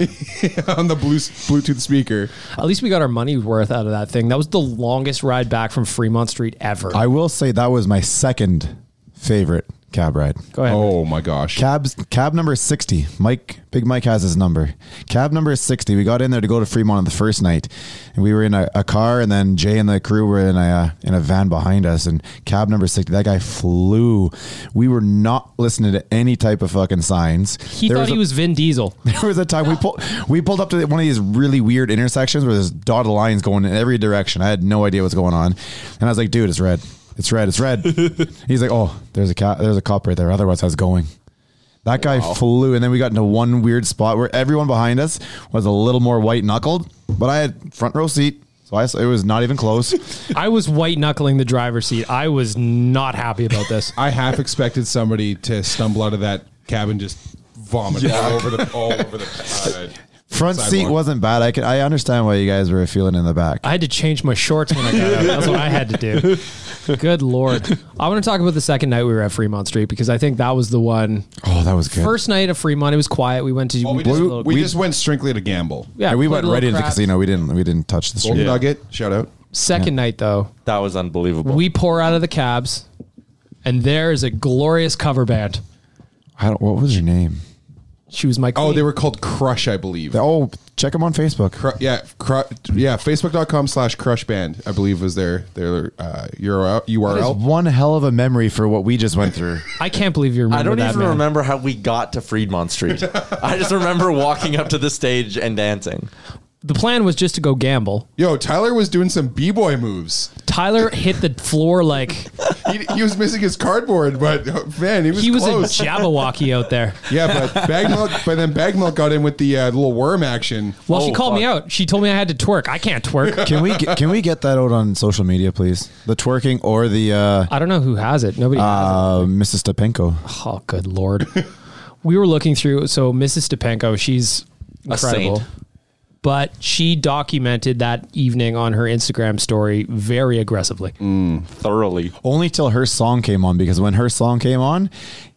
[SPEAKER 1] on the blue, Bluetooth speaker.
[SPEAKER 2] At least we got our money's worth out of that thing. That was the longest ride back from Fremont Street ever.
[SPEAKER 4] I will say that was my second favorite cab ride.
[SPEAKER 2] Go ahead.
[SPEAKER 1] Oh my gosh.
[SPEAKER 4] Cab's cab number is sixty. Mike, Big Mike has his number. Cab number is sixty. We got in there to go to Fremont on the first night, and we were in a, a car, and then Jay and the crew were in a uh, in a van behind us. And cab number sixty, that guy flew. We were not listening to any type of fucking signs.
[SPEAKER 2] he
[SPEAKER 4] There
[SPEAKER 2] thought
[SPEAKER 4] a-
[SPEAKER 2] he was Vin Diesel.
[SPEAKER 4] There was a time we pulled we pulled up to one of these really weird intersections where there's dotted lines going in every direction. I had no idea what's going on, and I was like, "Dude, it's red, it's red, it's red." He's like, "Oh, there's a cat, there's a cop right there. Otherwise, I was going." That guy flew, and then we got into one weird spot where everyone behind us was a little more white knuckled, but I had front row seat, so I it was not even close.
[SPEAKER 2] I was white knuckling the driver's seat. I was not happy about this.
[SPEAKER 1] I half expected somebody to stumble out of that cab and just vomit all over the all over the. Uh,
[SPEAKER 4] Front seat
[SPEAKER 1] Sidewalk.
[SPEAKER 4] wasn't bad. I can I understand why you guys were feeling in the back.
[SPEAKER 2] I had to change my shorts when I got out. That's what I had to do. Good lord! I want to talk about the second night we were at Fremont Street because I think that was the one.
[SPEAKER 4] oh, that was good.
[SPEAKER 2] First night at Fremont, it was quiet. We went to
[SPEAKER 1] well, we,
[SPEAKER 2] did a
[SPEAKER 1] just,
[SPEAKER 2] little-
[SPEAKER 1] we just went strictly to gamble.
[SPEAKER 2] yeah,
[SPEAKER 4] And we
[SPEAKER 2] played
[SPEAKER 4] went
[SPEAKER 2] a little
[SPEAKER 4] right into the
[SPEAKER 2] craps.
[SPEAKER 4] casino. We didn't we didn't touch the
[SPEAKER 1] Golden
[SPEAKER 4] street.
[SPEAKER 1] Nugget, shout out.
[SPEAKER 2] Second night though,
[SPEAKER 6] that was unbelievable.
[SPEAKER 2] we pour out of the cabs, and there is a glorious cover band.
[SPEAKER 4] I don't, what was your name?
[SPEAKER 2] She was my
[SPEAKER 1] Oh,
[SPEAKER 2] queen.
[SPEAKER 1] they were called Crush, I believe.
[SPEAKER 4] Oh, check them on Facebook.
[SPEAKER 1] Cru- yeah, cru- yeah. Facebook.com slash Crush Band, I believe, was their their uh, URL.
[SPEAKER 4] That is
[SPEAKER 1] URL.
[SPEAKER 4] one hell of a memory for what we just went through.
[SPEAKER 2] I can't believe you remember
[SPEAKER 6] I don't
[SPEAKER 2] that
[SPEAKER 6] even
[SPEAKER 2] man.
[SPEAKER 6] remember how we got to Friedmont Street. I just remember walking up to the stage and dancing.
[SPEAKER 2] The plan was just to go gamble.
[SPEAKER 1] Yo, Tyler was doing some b boy moves.
[SPEAKER 2] Tyler hit the floor like
[SPEAKER 1] He, he was missing his cardboard, but oh, man, he was
[SPEAKER 2] he was in
[SPEAKER 1] close.
[SPEAKER 2] Jabberwocky out there.
[SPEAKER 1] yeah, but Bagmilk, but then Bagmilk got in with the uh, little worm action.
[SPEAKER 2] Well, she
[SPEAKER 6] Oh,
[SPEAKER 2] called me
[SPEAKER 6] fuck.
[SPEAKER 2] out. She told me I had to twerk. I can't twerk.
[SPEAKER 4] Can we get, can we get that out on social media, please? The twerking or the uh,
[SPEAKER 2] I don't know who has it. Nobody. has
[SPEAKER 4] uh, Mrs. Stepenko.
[SPEAKER 2] it. Oh, good lord. we were looking through. So Mrs. Stepenko, she's incredible.
[SPEAKER 6] saint.
[SPEAKER 2] But she documented that evening on her Instagram story very aggressively.
[SPEAKER 6] Thoroughly.
[SPEAKER 4] Only till her song came on because when her song came on,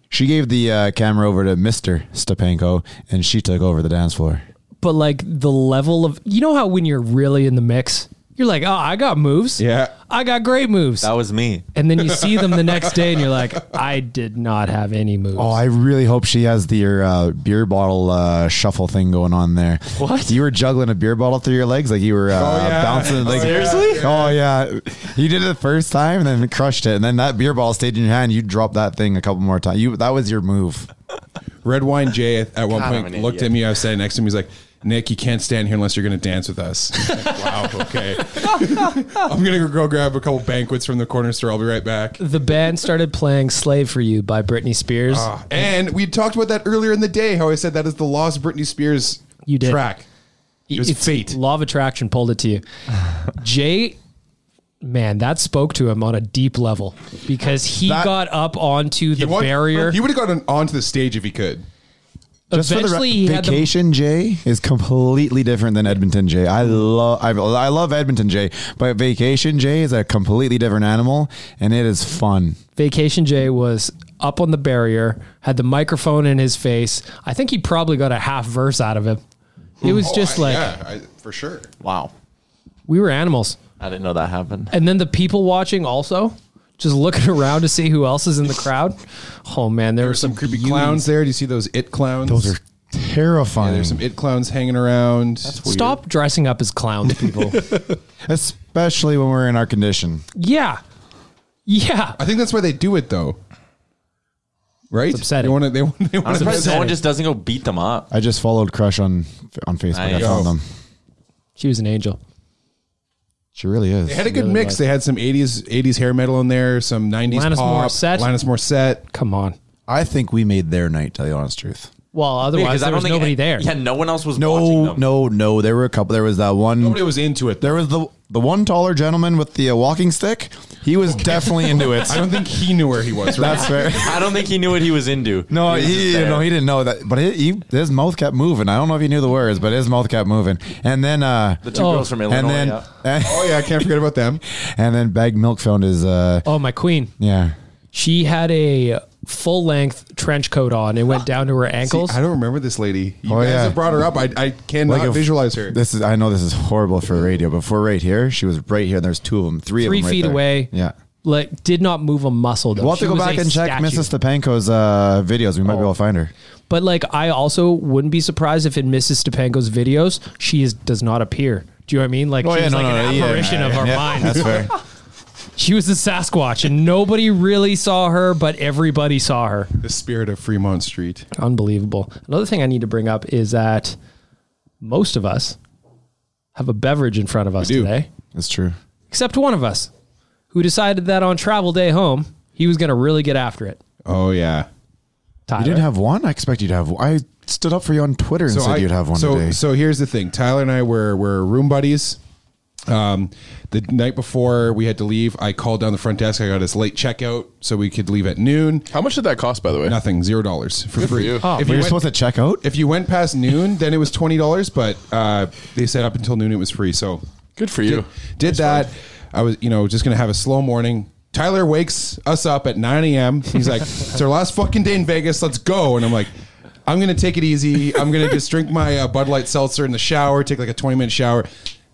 [SPEAKER 4] she gave the uh, camera over to Mr. Stepenko and she took over the dance floor.
[SPEAKER 2] but like the level of you know how when you're really in the mix You're like, oh, I got moves.
[SPEAKER 3] Yeah.
[SPEAKER 2] I got great moves.
[SPEAKER 6] That was me.
[SPEAKER 2] and then you see them the next day, and you're like, I did not have any moves.
[SPEAKER 4] Oh, I really hope she has the your, uh, beer bottle uh, shuffle thing going on there. What? You were juggling a beer bottle through your legs like you were uh,
[SPEAKER 3] Oh, yeah.
[SPEAKER 4] bouncing. Like,
[SPEAKER 3] Seriously?
[SPEAKER 4] Oh, yeah. You did it the first time and then crushed it. And then that beer bottle stayed in your hand. You dropped that thing a couple more times. You That was your move.
[SPEAKER 3] Red Wine Jay at, at one
[SPEAKER 6] God, I'm
[SPEAKER 3] point
[SPEAKER 6] an
[SPEAKER 3] looked
[SPEAKER 6] idiot.
[SPEAKER 3] at me. I was sitting next to him. He's like, Nick, you can't stand here unless you're going to dance with us. Like, wow, okay. I'm going to go grab a couple banquets from the corner store. I'll be right back.
[SPEAKER 2] the band started playing "Slave for You" by Britney Spears.
[SPEAKER 3] Ah, and we talked about that earlier in the day, how I said that is the lost Britney Spears
[SPEAKER 2] You did.
[SPEAKER 3] track. It was
[SPEAKER 2] It's-
[SPEAKER 3] fate.
[SPEAKER 2] Law of attraction pulled it to you. Jay, man, that spoke to him on a deep level because he
[SPEAKER 3] That-
[SPEAKER 2] got up onto the
[SPEAKER 3] wa-
[SPEAKER 2] barrier.
[SPEAKER 3] He would have gotten onto the stage if he could.
[SPEAKER 4] Just for the
[SPEAKER 2] Eventually,
[SPEAKER 4] re-
[SPEAKER 2] he had the-
[SPEAKER 4] vacation Jay is completely different than Edmonton Jay. I love I, I love Edmonton Jay, but vacation Jay is a completely different animal, and it is fun.
[SPEAKER 2] Vacation Jay was up on the barrier, had the microphone in his face. I think he probably got a half verse out of him. It was
[SPEAKER 3] Oh,
[SPEAKER 2] just
[SPEAKER 3] I-
[SPEAKER 2] like
[SPEAKER 3] yeah, I, for sure.
[SPEAKER 6] Wow.
[SPEAKER 2] we were animals.
[SPEAKER 6] I didn't know that happened.
[SPEAKER 2] And then the people watching also just looking around to see who else is in the crowd. Oh man, there,
[SPEAKER 3] There
[SPEAKER 2] were
[SPEAKER 3] were
[SPEAKER 2] some,
[SPEAKER 3] some creepy
[SPEAKER 2] beauties.
[SPEAKER 3] clowns there. Do you see those it clowns?
[SPEAKER 4] Those are terrifying,
[SPEAKER 6] Hmm.
[SPEAKER 3] there's some it clowns hanging around.
[SPEAKER 2] Stop dressing up as clowns, people.
[SPEAKER 4] especially when we're in our condition.
[SPEAKER 2] yeah. Yeah.
[SPEAKER 3] I think that's why they do it though. Right?
[SPEAKER 2] upsetting.
[SPEAKER 3] They want to. They want. They
[SPEAKER 6] I'm
[SPEAKER 3] want
[SPEAKER 6] surprised
[SPEAKER 2] upsetting.
[SPEAKER 6] someone just doesn't go beat them up.
[SPEAKER 4] I just followed Crush on on Facebook. I
[SPEAKER 6] Nice.
[SPEAKER 4] found them.
[SPEAKER 2] She was an angel.
[SPEAKER 4] She really is.
[SPEAKER 3] They had a good mix. They had some '80s '80s hair metal in there, some '90s
[SPEAKER 2] Alanis
[SPEAKER 3] pop.
[SPEAKER 2] Morissette.
[SPEAKER 3] Alanis Morissette.
[SPEAKER 2] Come on.
[SPEAKER 4] I think we made their night. To tell you the honest truth.
[SPEAKER 2] Well, otherwise
[SPEAKER 6] Because I
[SPEAKER 2] there
[SPEAKER 6] don't
[SPEAKER 2] was
[SPEAKER 6] think-
[SPEAKER 2] nobody there.
[SPEAKER 6] Yeah, no one else was watching
[SPEAKER 4] No,
[SPEAKER 6] them.
[SPEAKER 4] no, no. There were a couple. There was that one.
[SPEAKER 3] Nobody was into it.
[SPEAKER 4] there was the the one taller gentleman with the uh, walking stick. He was definitely into it.
[SPEAKER 3] I don't think he knew where he was. Right?
[SPEAKER 4] That's fair.
[SPEAKER 6] I don't think he knew what he was into.
[SPEAKER 4] No,
[SPEAKER 6] was
[SPEAKER 4] he,
[SPEAKER 6] just there.
[SPEAKER 4] no, he didn't know that. But he, he, his mouth kept moving. I don't know if he knew the words, but his mouth kept moving. And then, uh,
[SPEAKER 6] The two
[SPEAKER 2] Oh.
[SPEAKER 6] girls from Illinois.
[SPEAKER 4] and then,
[SPEAKER 6] yeah.
[SPEAKER 3] oh yeah, I can't forget about them.
[SPEAKER 4] and then, bag milk found his. Uh,
[SPEAKER 2] Oh, my queen.
[SPEAKER 4] yeah,
[SPEAKER 2] She had a full length trench coat on. It went down to her
[SPEAKER 3] See,
[SPEAKER 2] ankles.
[SPEAKER 3] I don't remember this lady. You
[SPEAKER 4] Oh,
[SPEAKER 3] guys
[SPEAKER 4] yeah.
[SPEAKER 3] have brought her up. I, I cannot
[SPEAKER 4] a-
[SPEAKER 3] visualize her.
[SPEAKER 4] This is. I know this is horrible for radio, but for right here, she was right here. And there's two of them, three,
[SPEAKER 2] Three
[SPEAKER 4] of them, right
[SPEAKER 2] feet
[SPEAKER 4] there.
[SPEAKER 2] away.
[SPEAKER 4] Yeah.
[SPEAKER 2] Like did not move a muscle though.
[SPEAKER 4] We'll have to
[SPEAKER 2] She
[SPEAKER 4] go
[SPEAKER 2] was
[SPEAKER 4] back
[SPEAKER 2] a
[SPEAKER 4] and check
[SPEAKER 2] statue.
[SPEAKER 4] Mrs. Stepanko's uh, videos. We might
[SPEAKER 3] Oh.
[SPEAKER 4] be able to find her.
[SPEAKER 2] But like, I also wouldn't be surprised if in Mrs. Stepanko's videos she is, does not appear. Do you know what I mean?
[SPEAKER 3] Oh,
[SPEAKER 4] Oh,
[SPEAKER 2] Like, she's like an apparition of our
[SPEAKER 4] Yeah,
[SPEAKER 2] mind.
[SPEAKER 4] That's fair.
[SPEAKER 2] She was the Sasquatch, and nobody really saw her, but everybody saw her.
[SPEAKER 3] the spirit of Fremont Street.
[SPEAKER 2] Unbelievable. Another thing I need to bring up is that most of us have a beverage in front of us
[SPEAKER 3] do.
[SPEAKER 2] today,
[SPEAKER 4] That's true.
[SPEAKER 2] except one of us, who decided that on travel day home he was going to really get after it.
[SPEAKER 3] Oh yeah.
[SPEAKER 2] Tyler,
[SPEAKER 4] You didn't have one. I expect you to have. one. I stood up for you on Twitter and said
[SPEAKER 3] I-
[SPEAKER 4] you'd have one
[SPEAKER 3] so,
[SPEAKER 4] today.
[SPEAKER 3] So here's the thing: Tyler and I were were room buddies. Um, the night before we had to leave, I called down the front desk. I got us late checkout, so we could leave at noon.
[SPEAKER 9] How much did that cost, by the way?
[SPEAKER 3] Nothing, zero dollars for free.
[SPEAKER 9] you.
[SPEAKER 2] Oh.
[SPEAKER 3] if
[SPEAKER 4] we were
[SPEAKER 3] you went,
[SPEAKER 4] Oh, supposed to check out.
[SPEAKER 3] if you went past noon, then it was twenty dollars. But uh, they said up until noon it was free. So
[SPEAKER 9] Good for you.
[SPEAKER 3] did that. I was, you know, just gonna have a slow morning. Tyler wakes us up at 9 a.m. He's like, "It's our last fucking day in Vegas. Let's go." And I'm like, "I'm gonna take it easy. I'm gonna just drink my uh, Bud Light seltzer in the shower. Take like a 20 minute shower."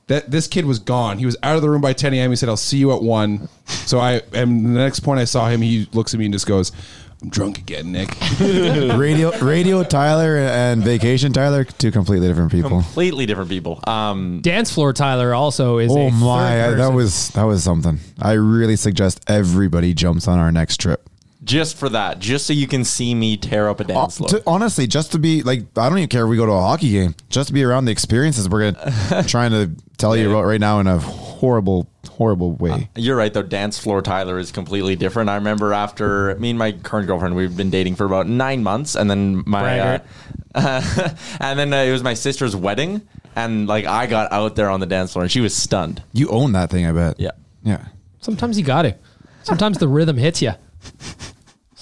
[SPEAKER 3] That this kid was gone. He was out of the room by 10 a.m. He said, "I'll see you at one." So I and the next point I saw him, he looks at me and just goes, "I'm drunk again, Nick."
[SPEAKER 4] radio radio tyler and vacation tyler two completely different people
[SPEAKER 6] Completely different people. Um,
[SPEAKER 2] dance floor. Tyler also is.
[SPEAKER 4] oh
[SPEAKER 2] a third
[SPEAKER 4] my I- that
[SPEAKER 2] person.
[SPEAKER 4] was that was something i really suggest everybody jumps on our next trip
[SPEAKER 6] just for that, just so you can see me tear up a
[SPEAKER 4] Uh,
[SPEAKER 6] dance floor.
[SPEAKER 4] to- honestly just to be like i don't even care if we go to a hockey game just to be around the experiences we're gonna trying to tell you about right now in a horrible horrible
[SPEAKER 2] Uh,
[SPEAKER 4] way
[SPEAKER 6] You're right, though. Dance floor Tyler is completely different. I remember after me and my current girlfriend, we've been dating for about nine months, and then my, uh, and then uh, it was my sister's wedding, and like I got out there on the dance floor, and she was stunned.
[SPEAKER 4] you own that thing i bet
[SPEAKER 6] Yeah.
[SPEAKER 4] yeah
[SPEAKER 2] Sometimes you got to. Sometimes the rhythm hits you.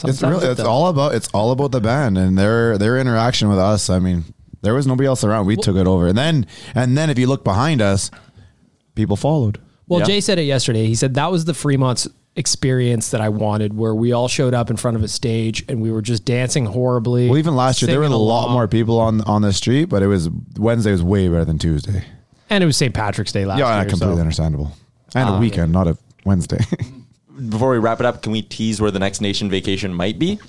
[SPEAKER 4] it's really
[SPEAKER 2] it
[SPEAKER 4] it's
[SPEAKER 2] does.
[SPEAKER 4] all about it's all about the band and their their interaction with us. I mean, there was nobody else around. We took it over, and then and then if you look behind us, people followed.
[SPEAKER 2] Well,
[SPEAKER 6] Yeah.
[SPEAKER 2] Jay said it yesterday. He said that was the Fremont's experience that I wanted, where we all showed up in front of a stage and we were just dancing horribly.
[SPEAKER 4] Well, even last year there were a
[SPEAKER 2] singing
[SPEAKER 4] lot
[SPEAKER 2] along.
[SPEAKER 4] more people on on the street, but it was Wednesday was way better than Tuesday.
[SPEAKER 2] And it was St. Patrick's Day last
[SPEAKER 4] yeah,
[SPEAKER 2] year.
[SPEAKER 4] completely
[SPEAKER 2] so-
[SPEAKER 4] understandable. And
[SPEAKER 2] Ah,
[SPEAKER 4] a weekend, not a Wednesday.
[SPEAKER 6] Before we wrap it up, can we tease where the next nation vacation might be?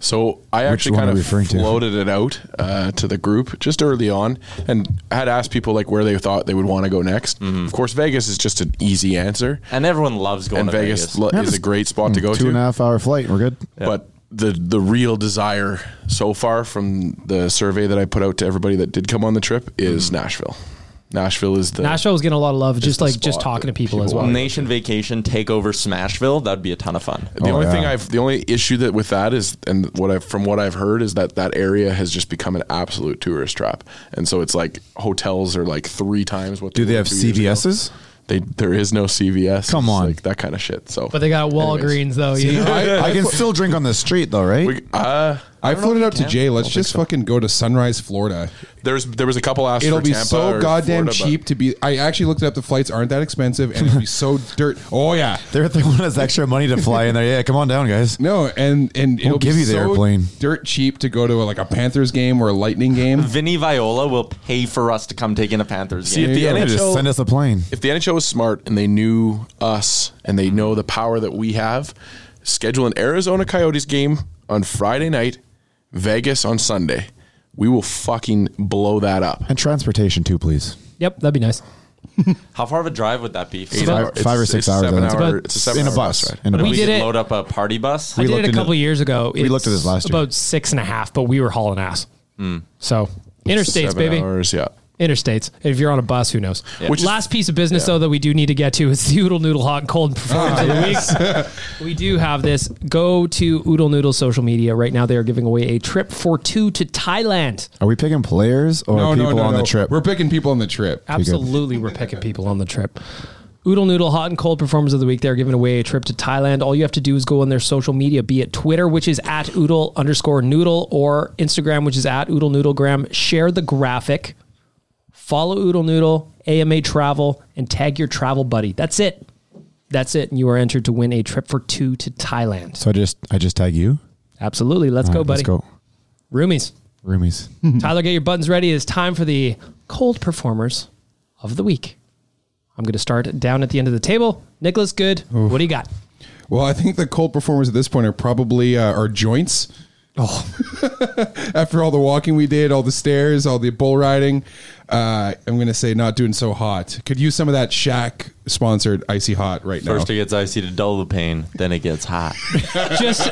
[SPEAKER 3] So I
[SPEAKER 4] Which
[SPEAKER 3] actually
[SPEAKER 4] one
[SPEAKER 3] kind
[SPEAKER 4] are
[SPEAKER 3] of
[SPEAKER 4] we referring to?
[SPEAKER 3] floated it out uh, to the group just early on, and had asked people like where they thought they would want to go next. Of course, Vegas is just an easy answer,
[SPEAKER 6] And everyone loves Mm-hmm. going
[SPEAKER 3] and
[SPEAKER 6] to
[SPEAKER 3] Vegas,
[SPEAKER 6] Vegas.
[SPEAKER 3] lo-
[SPEAKER 4] Yeah,
[SPEAKER 3] is
[SPEAKER 4] just- mm,
[SPEAKER 3] a great spot to go
[SPEAKER 4] Hmm, Two
[SPEAKER 3] to.
[SPEAKER 4] and a half hour flight. We're good.
[SPEAKER 3] But the the real desire so far from the survey that I put out to everybody that did come on the trip is
[SPEAKER 6] Mm-hmm.
[SPEAKER 3] Nashville. Nashville is the
[SPEAKER 2] Nashville was getting a lot of love, just
[SPEAKER 3] the
[SPEAKER 2] like just
[SPEAKER 3] spot
[SPEAKER 2] talking to
[SPEAKER 3] that
[SPEAKER 2] people,
[SPEAKER 3] people
[SPEAKER 2] as well.
[SPEAKER 3] want.
[SPEAKER 6] Nation vacation take over Smashville. That'd be a ton of fun.
[SPEAKER 3] The
[SPEAKER 4] Oh,
[SPEAKER 3] only
[SPEAKER 4] yeah.
[SPEAKER 3] thing I've the only issue that with that is and what I from what I've heard is that that area has just become an absolute tourist trap, and so it's like hotels are like three times what
[SPEAKER 4] Do they
[SPEAKER 3] were
[SPEAKER 4] have
[SPEAKER 3] two years ago.
[SPEAKER 4] CVS's?
[SPEAKER 3] They there is no CVS.
[SPEAKER 4] Come
[SPEAKER 3] It's
[SPEAKER 4] on.
[SPEAKER 3] like that kind of shit. So
[SPEAKER 2] But they got Walgreens, though. You know?
[SPEAKER 4] I, I can still drink on the street though, right?
[SPEAKER 3] We, uh,
[SPEAKER 1] I floated out to Jay. Let's just fucking go to Sunrise, Florida.
[SPEAKER 3] there's there was a couple asked
[SPEAKER 1] It'll
[SPEAKER 3] for
[SPEAKER 1] be
[SPEAKER 3] Tampa
[SPEAKER 1] so
[SPEAKER 3] or
[SPEAKER 1] goddamn
[SPEAKER 3] Florida, but-
[SPEAKER 1] cheap to be. I actually looked it up. The flights aren't that expensive, and it'll be so dirt. Oh yeah,
[SPEAKER 4] They're they want us extra money to fly in there. Yeah, come on down, guys.
[SPEAKER 1] no, and and it'll
[SPEAKER 4] give
[SPEAKER 1] be
[SPEAKER 4] you the
[SPEAKER 1] so
[SPEAKER 4] airplane.
[SPEAKER 1] Dirt cheap to go to like a Panthers game or a Lightning game.
[SPEAKER 6] Vinny Viola will pay for us to come take in a Panthers
[SPEAKER 3] See,
[SPEAKER 6] game.
[SPEAKER 3] if the
[SPEAKER 4] Yeah, just
[SPEAKER 3] NHL
[SPEAKER 4] send us a plane.
[SPEAKER 3] if the NHL was smart and they knew us and they know the power that we have, schedule an Arizona Coyotes game on Friday night, Vegas on Sunday. We will fucking blow that up.
[SPEAKER 4] And transportation too, please.
[SPEAKER 2] Yep, that'd be nice.
[SPEAKER 6] How far of a drive would that be?
[SPEAKER 3] Eight
[SPEAKER 4] Five-
[SPEAKER 3] hour- it's-
[SPEAKER 4] five or six
[SPEAKER 3] it's
[SPEAKER 4] hours, I
[SPEAKER 3] Seven
[SPEAKER 4] think.
[SPEAKER 3] hour,
[SPEAKER 2] But
[SPEAKER 3] it's a seven
[SPEAKER 4] in a
[SPEAKER 3] hour
[SPEAKER 4] bus.
[SPEAKER 3] bus ride.
[SPEAKER 4] In a
[SPEAKER 6] we,
[SPEAKER 4] bus.
[SPEAKER 2] did
[SPEAKER 6] could
[SPEAKER 2] it-
[SPEAKER 6] load up a party bus.
[SPEAKER 2] I did
[SPEAKER 4] looked
[SPEAKER 2] it a
[SPEAKER 4] into-
[SPEAKER 2] couple years ago.
[SPEAKER 4] we looked at
[SPEAKER 2] It's
[SPEAKER 4] this last year.
[SPEAKER 2] About six and a half, but we were hauling ass. So interstates,
[SPEAKER 3] Hmm. Seven
[SPEAKER 2] baby.
[SPEAKER 3] Hours, yeah.
[SPEAKER 2] Interstates. If you're on a bus, who knows?
[SPEAKER 3] Which is-
[SPEAKER 2] Last piece of business though that we do need to get to is the Oodle Noodle Hot and Cold Performance of the
[SPEAKER 4] Ah,
[SPEAKER 2] Week. We do have this. Go to Oodle Noodle social media right now. They are giving away a trip for two to Thailand.
[SPEAKER 4] Are we picking players or
[SPEAKER 1] No, no,
[SPEAKER 4] people
[SPEAKER 1] no,
[SPEAKER 4] on
[SPEAKER 1] no.
[SPEAKER 4] the trip?
[SPEAKER 1] We're picking people on the trip.
[SPEAKER 2] Absolutely, we're picking people on the trip. Oodle Noodle Hot and Cold Performers of the Week. They're giving away a trip to Thailand. All you have to do is go on their social media, be it Twitter, which is at Oodle underscore Noodle, or Instagram, which is at Oodle Noodlegram. Share the graphic, follow Oodle Noodle, AMA Travel, and tag your travel buddy. That's it. That's it. And you are entered to win a trip for two to Thailand.
[SPEAKER 4] so I just I just tag you.
[SPEAKER 2] Absolutely. Let's
[SPEAKER 4] All
[SPEAKER 2] go,
[SPEAKER 4] right,
[SPEAKER 2] buddy.
[SPEAKER 4] Let's go,
[SPEAKER 2] Roomies.
[SPEAKER 4] roomies.
[SPEAKER 2] Tyler, get your buttons ready. It is time for the cold performers of the week. I'm going to start down at the end of the table. Nicholas, good. What do you got?
[SPEAKER 1] Well, I think the cold performers at this point are probably uh, our joints. Oh, after all the walking we did, all the stairs, all the bull riding, uh, I'm gonna say not doing so hot. Could use some of that Shack sponsored icy hot right now.
[SPEAKER 6] First it gets icy to dull the pain, then it gets hot.
[SPEAKER 2] Just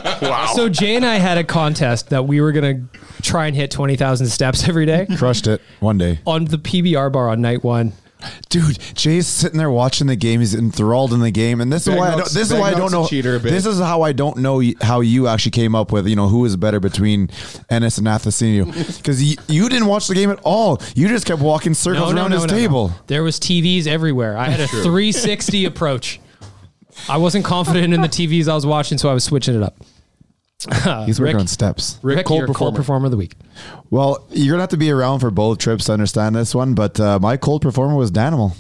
[SPEAKER 2] so Jay and I had a contest that we were going to try and hit 20,000 steps every day
[SPEAKER 4] Crushed it one day,
[SPEAKER 2] on the PBR bar on night one.
[SPEAKER 4] dude. Jay's sitting there watching the game. He's enthralled in the game, and this is why I don't,
[SPEAKER 1] Bagnall's-
[SPEAKER 4] this is why I don't
[SPEAKER 1] Bagnall's a
[SPEAKER 4] know.
[SPEAKER 1] cheater, babe.
[SPEAKER 4] this is how I don't know y- how you actually came up with you know who is better between Ennis and Athasinio because you, you didn't watch the game at all. You just kept walking circles around his table.
[SPEAKER 2] There was TVs everywhere. I had a 360 approach. I wasn't confident in the TVs I was watching, so I was switching it up.
[SPEAKER 4] He's working
[SPEAKER 2] Uh, Rick-
[SPEAKER 4] on steps.
[SPEAKER 2] Rick,
[SPEAKER 1] cold
[SPEAKER 2] your
[SPEAKER 1] performer.
[SPEAKER 2] cold performer of the week.
[SPEAKER 4] Well, you're gonna have to be around for both trips to understand this one. But uh, my cold performer was Danimal.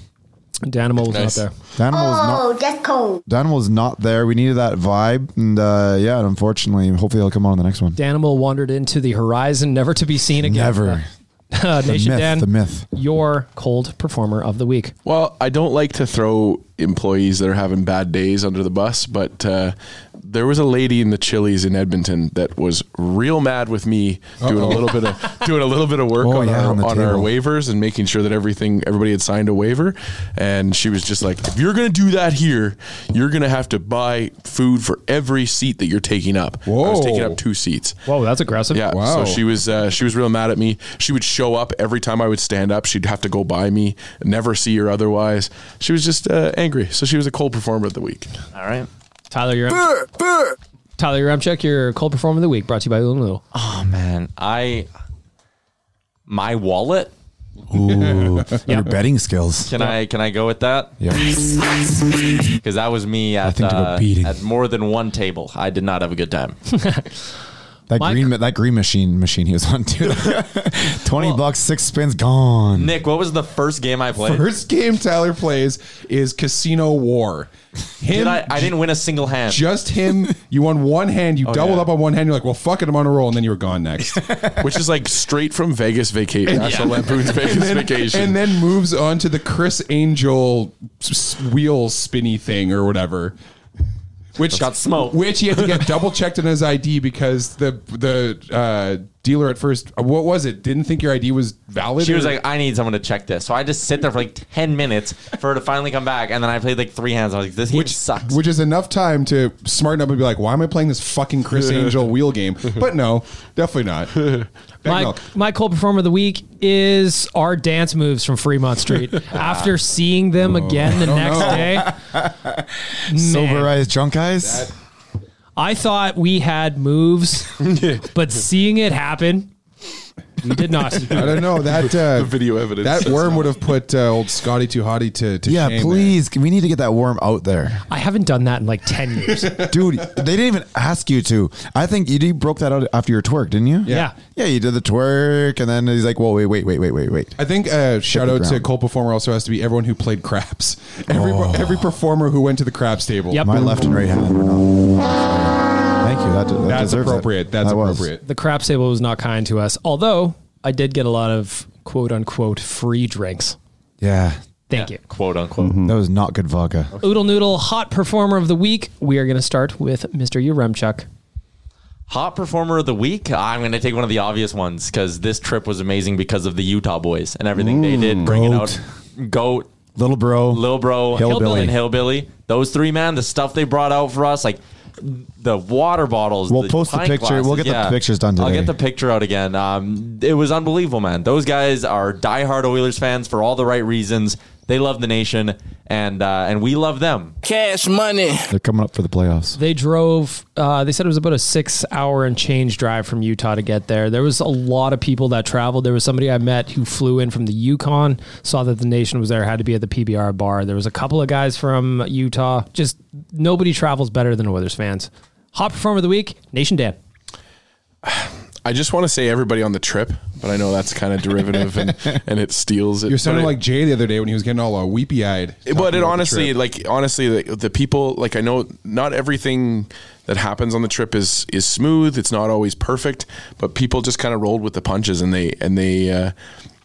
[SPEAKER 2] Danimal was
[SPEAKER 3] Nice.
[SPEAKER 2] out there.
[SPEAKER 4] Danimal was not.
[SPEAKER 10] Oh, that's cold.
[SPEAKER 4] Danimal was not there. We needed that vibe, and uh, yeah, unfortunately, hopefully he'll come on the next one.
[SPEAKER 2] Danimal wandered into the horizon, never to be seen again.
[SPEAKER 4] Never.
[SPEAKER 2] Uh,
[SPEAKER 4] The
[SPEAKER 2] Nation
[SPEAKER 4] myth.
[SPEAKER 2] Dan,
[SPEAKER 4] The myth.
[SPEAKER 2] your cold performer of the week.
[SPEAKER 3] Well, I don't like to throw employees that are having bad days under the bus, but uh, there was a lady in the Chili's in Edmonton that was real mad with me doing a little bit of doing a little bit of work
[SPEAKER 4] Oh,
[SPEAKER 3] on,
[SPEAKER 4] yeah, on
[SPEAKER 3] our, on,
[SPEAKER 4] the
[SPEAKER 3] our
[SPEAKER 4] table.
[SPEAKER 3] waivers and making sure that everything everybody had signed a waiver. And she was just like, "If you're going to do that here, you're going to have to buy food for every seat that you're taking up." I was taking
[SPEAKER 1] Whoa.
[SPEAKER 3] up two seats.
[SPEAKER 2] Whoa, that's aggressive.
[SPEAKER 3] Yeah.
[SPEAKER 1] Wow.
[SPEAKER 3] So she was uh, she was real mad at me. She would show up every time I would stand up. She'd have to go by me, never see her otherwise. She was just uh, angry. So she was a cold performer of the week.
[SPEAKER 6] All right.
[SPEAKER 2] Tyler, your Tyler, your check. Your cold performer of the week, brought to you by Little Noodle.
[SPEAKER 6] Oh man, I my wallet.
[SPEAKER 4] Ooh, your betting skills.
[SPEAKER 6] Can I can I go with that?
[SPEAKER 4] Yeah.
[SPEAKER 6] Because that was me at
[SPEAKER 4] think of a
[SPEAKER 6] uh,
[SPEAKER 4] beating.
[SPEAKER 6] at more than one table. I did not have a good time.
[SPEAKER 4] That
[SPEAKER 2] My-
[SPEAKER 4] green, ma- that green machine machine he was on too. Twenty bucks, six spins gone.
[SPEAKER 6] Nick, what was the first game I played?
[SPEAKER 1] First game Tyler plays is Casino War. Him,
[SPEAKER 6] Did I, I didn't win a single hand.
[SPEAKER 1] just him. You won one hand.
[SPEAKER 3] Oh,
[SPEAKER 1] You doubled
[SPEAKER 6] yeah.
[SPEAKER 1] up on one hand. You're like, well, fuck it, I'm on a roll, and then you were gone next.
[SPEAKER 3] which is like straight from Vegas vacation, National Lampoon's Vegas
[SPEAKER 1] and, then,
[SPEAKER 3] vacation.
[SPEAKER 1] and then moves on to the Chris Angel s- s- wheel spinny thing or whatever. Which
[SPEAKER 6] Got smoked.
[SPEAKER 1] Which he had to get double checked in his ID because the the uh, dealer at first, uh, what was it? Didn't think your ID was valid.
[SPEAKER 6] She was
[SPEAKER 1] or-
[SPEAKER 6] like, I need someone to check this. So I just sit there for like 10 minutes for her to finally come back. And then I played like three hands. I was like, this game
[SPEAKER 1] which
[SPEAKER 6] sucks.
[SPEAKER 1] which is enough time to smarten up and be like, why am I playing this fucking Chris Angel wheel game? But no, definitely not.
[SPEAKER 2] My,
[SPEAKER 1] Heck
[SPEAKER 2] my cold performer of the week is our dance moves from Fremont Street. After seeing them again the next
[SPEAKER 1] know.
[SPEAKER 2] day,
[SPEAKER 4] Oh. Sober
[SPEAKER 2] man,
[SPEAKER 4] eyes, drunk eyes.
[SPEAKER 2] I thought we had moves, but seeing it happen, we did not.
[SPEAKER 1] no. I don't know that uh,
[SPEAKER 3] The video evidence
[SPEAKER 1] That
[SPEAKER 3] says
[SPEAKER 1] worm
[SPEAKER 3] no.
[SPEAKER 1] would have put uh, old Scotty too hotty to, to
[SPEAKER 4] yeah,
[SPEAKER 1] shame there.
[SPEAKER 4] please. We need to get that worm out there,
[SPEAKER 2] I haven't done that in like ten years.
[SPEAKER 4] dude. they didn't even ask you to. I think you, you broke that out after your twerk, didn't you?
[SPEAKER 2] Yeah.
[SPEAKER 4] Yeah, you did the twerk, and then he's like, "Whoa, wait, wait, wait, wait, wait, wait."
[SPEAKER 1] I think uh, shout
[SPEAKER 4] the
[SPEAKER 1] out to
[SPEAKER 4] ground.
[SPEAKER 1] Cole Performer also has to be everyone who played craps. Every
[SPEAKER 4] Oh.
[SPEAKER 1] every performer who went to the craps table.
[SPEAKER 2] Yep.
[SPEAKER 4] My left and right hand. went up. Thank you. That, that
[SPEAKER 1] That's
[SPEAKER 4] deserves it.
[SPEAKER 1] appropriate. That's
[SPEAKER 4] That was.
[SPEAKER 1] appropriate.
[SPEAKER 2] The crap table was not kind to us, although I did get a lot of quote unquote free drinks.
[SPEAKER 4] Yeah,
[SPEAKER 2] Thank you.
[SPEAKER 6] Quote unquote.
[SPEAKER 4] that was not good vodka.
[SPEAKER 2] Oodle Noodle Hot Performer of the Week. We are going to start with Mr. Uremchuk.
[SPEAKER 6] Hot performer of the week. I'm going to take one of the obvious ones because this trip was amazing because of the Utah boys and everything they did, bringing
[SPEAKER 4] goat.
[SPEAKER 6] out goat,
[SPEAKER 4] Little bro,
[SPEAKER 6] Lil Bro,
[SPEAKER 4] Hillbilly.
[SPEAKER 6] and Hillbilly. Those three, man, the stuff they brought out for us, like the water bottles.
[SPEAKER 4] We'll post the
[SPEAKER 6] pint
[SPEAKER 4] picture. We'll get the pictures done
[SPEAKER 6] I'll
[SPEAKER 4] today.
[SPEAKER 6] get the picture out again. Um, it was unbelievable, man. Those guys are diehard Oilers fans for all the right reasons. They love the nation, and uh, and we love them.
[SPEAKER 11] Cash money.
[SPEAKER 4] They're coming up for the playoffs.
[SPEAKER 2] They drove, uh, they said it was about a six hour and change drive from Utah to get there. There was a lot of people that traveled. There was somebody I met who flew in from the Yukon, saw that the nation was there, had to be at the PBR bar. There was a couple of guys from Utah. Just nobody travels better than Oilers fans. Hot Performer of the Week, Nation Dan.
[SPEAKER 3] I just want to say everybody on the trip, but I know that's kind of derivative and, and it steals it.
[SPEAKER 1] You're sounding
[SPEAKER 3] But it-
[SPEAKER 1] like Jay the other day when he was getting all uh, weepy eyed.
[SPEAKER 3] but it honestly like honestly the, the people like i know not everything that happens on the trip is is smooth it's not always perfect but people just kind of rolled with the punches and they and they uh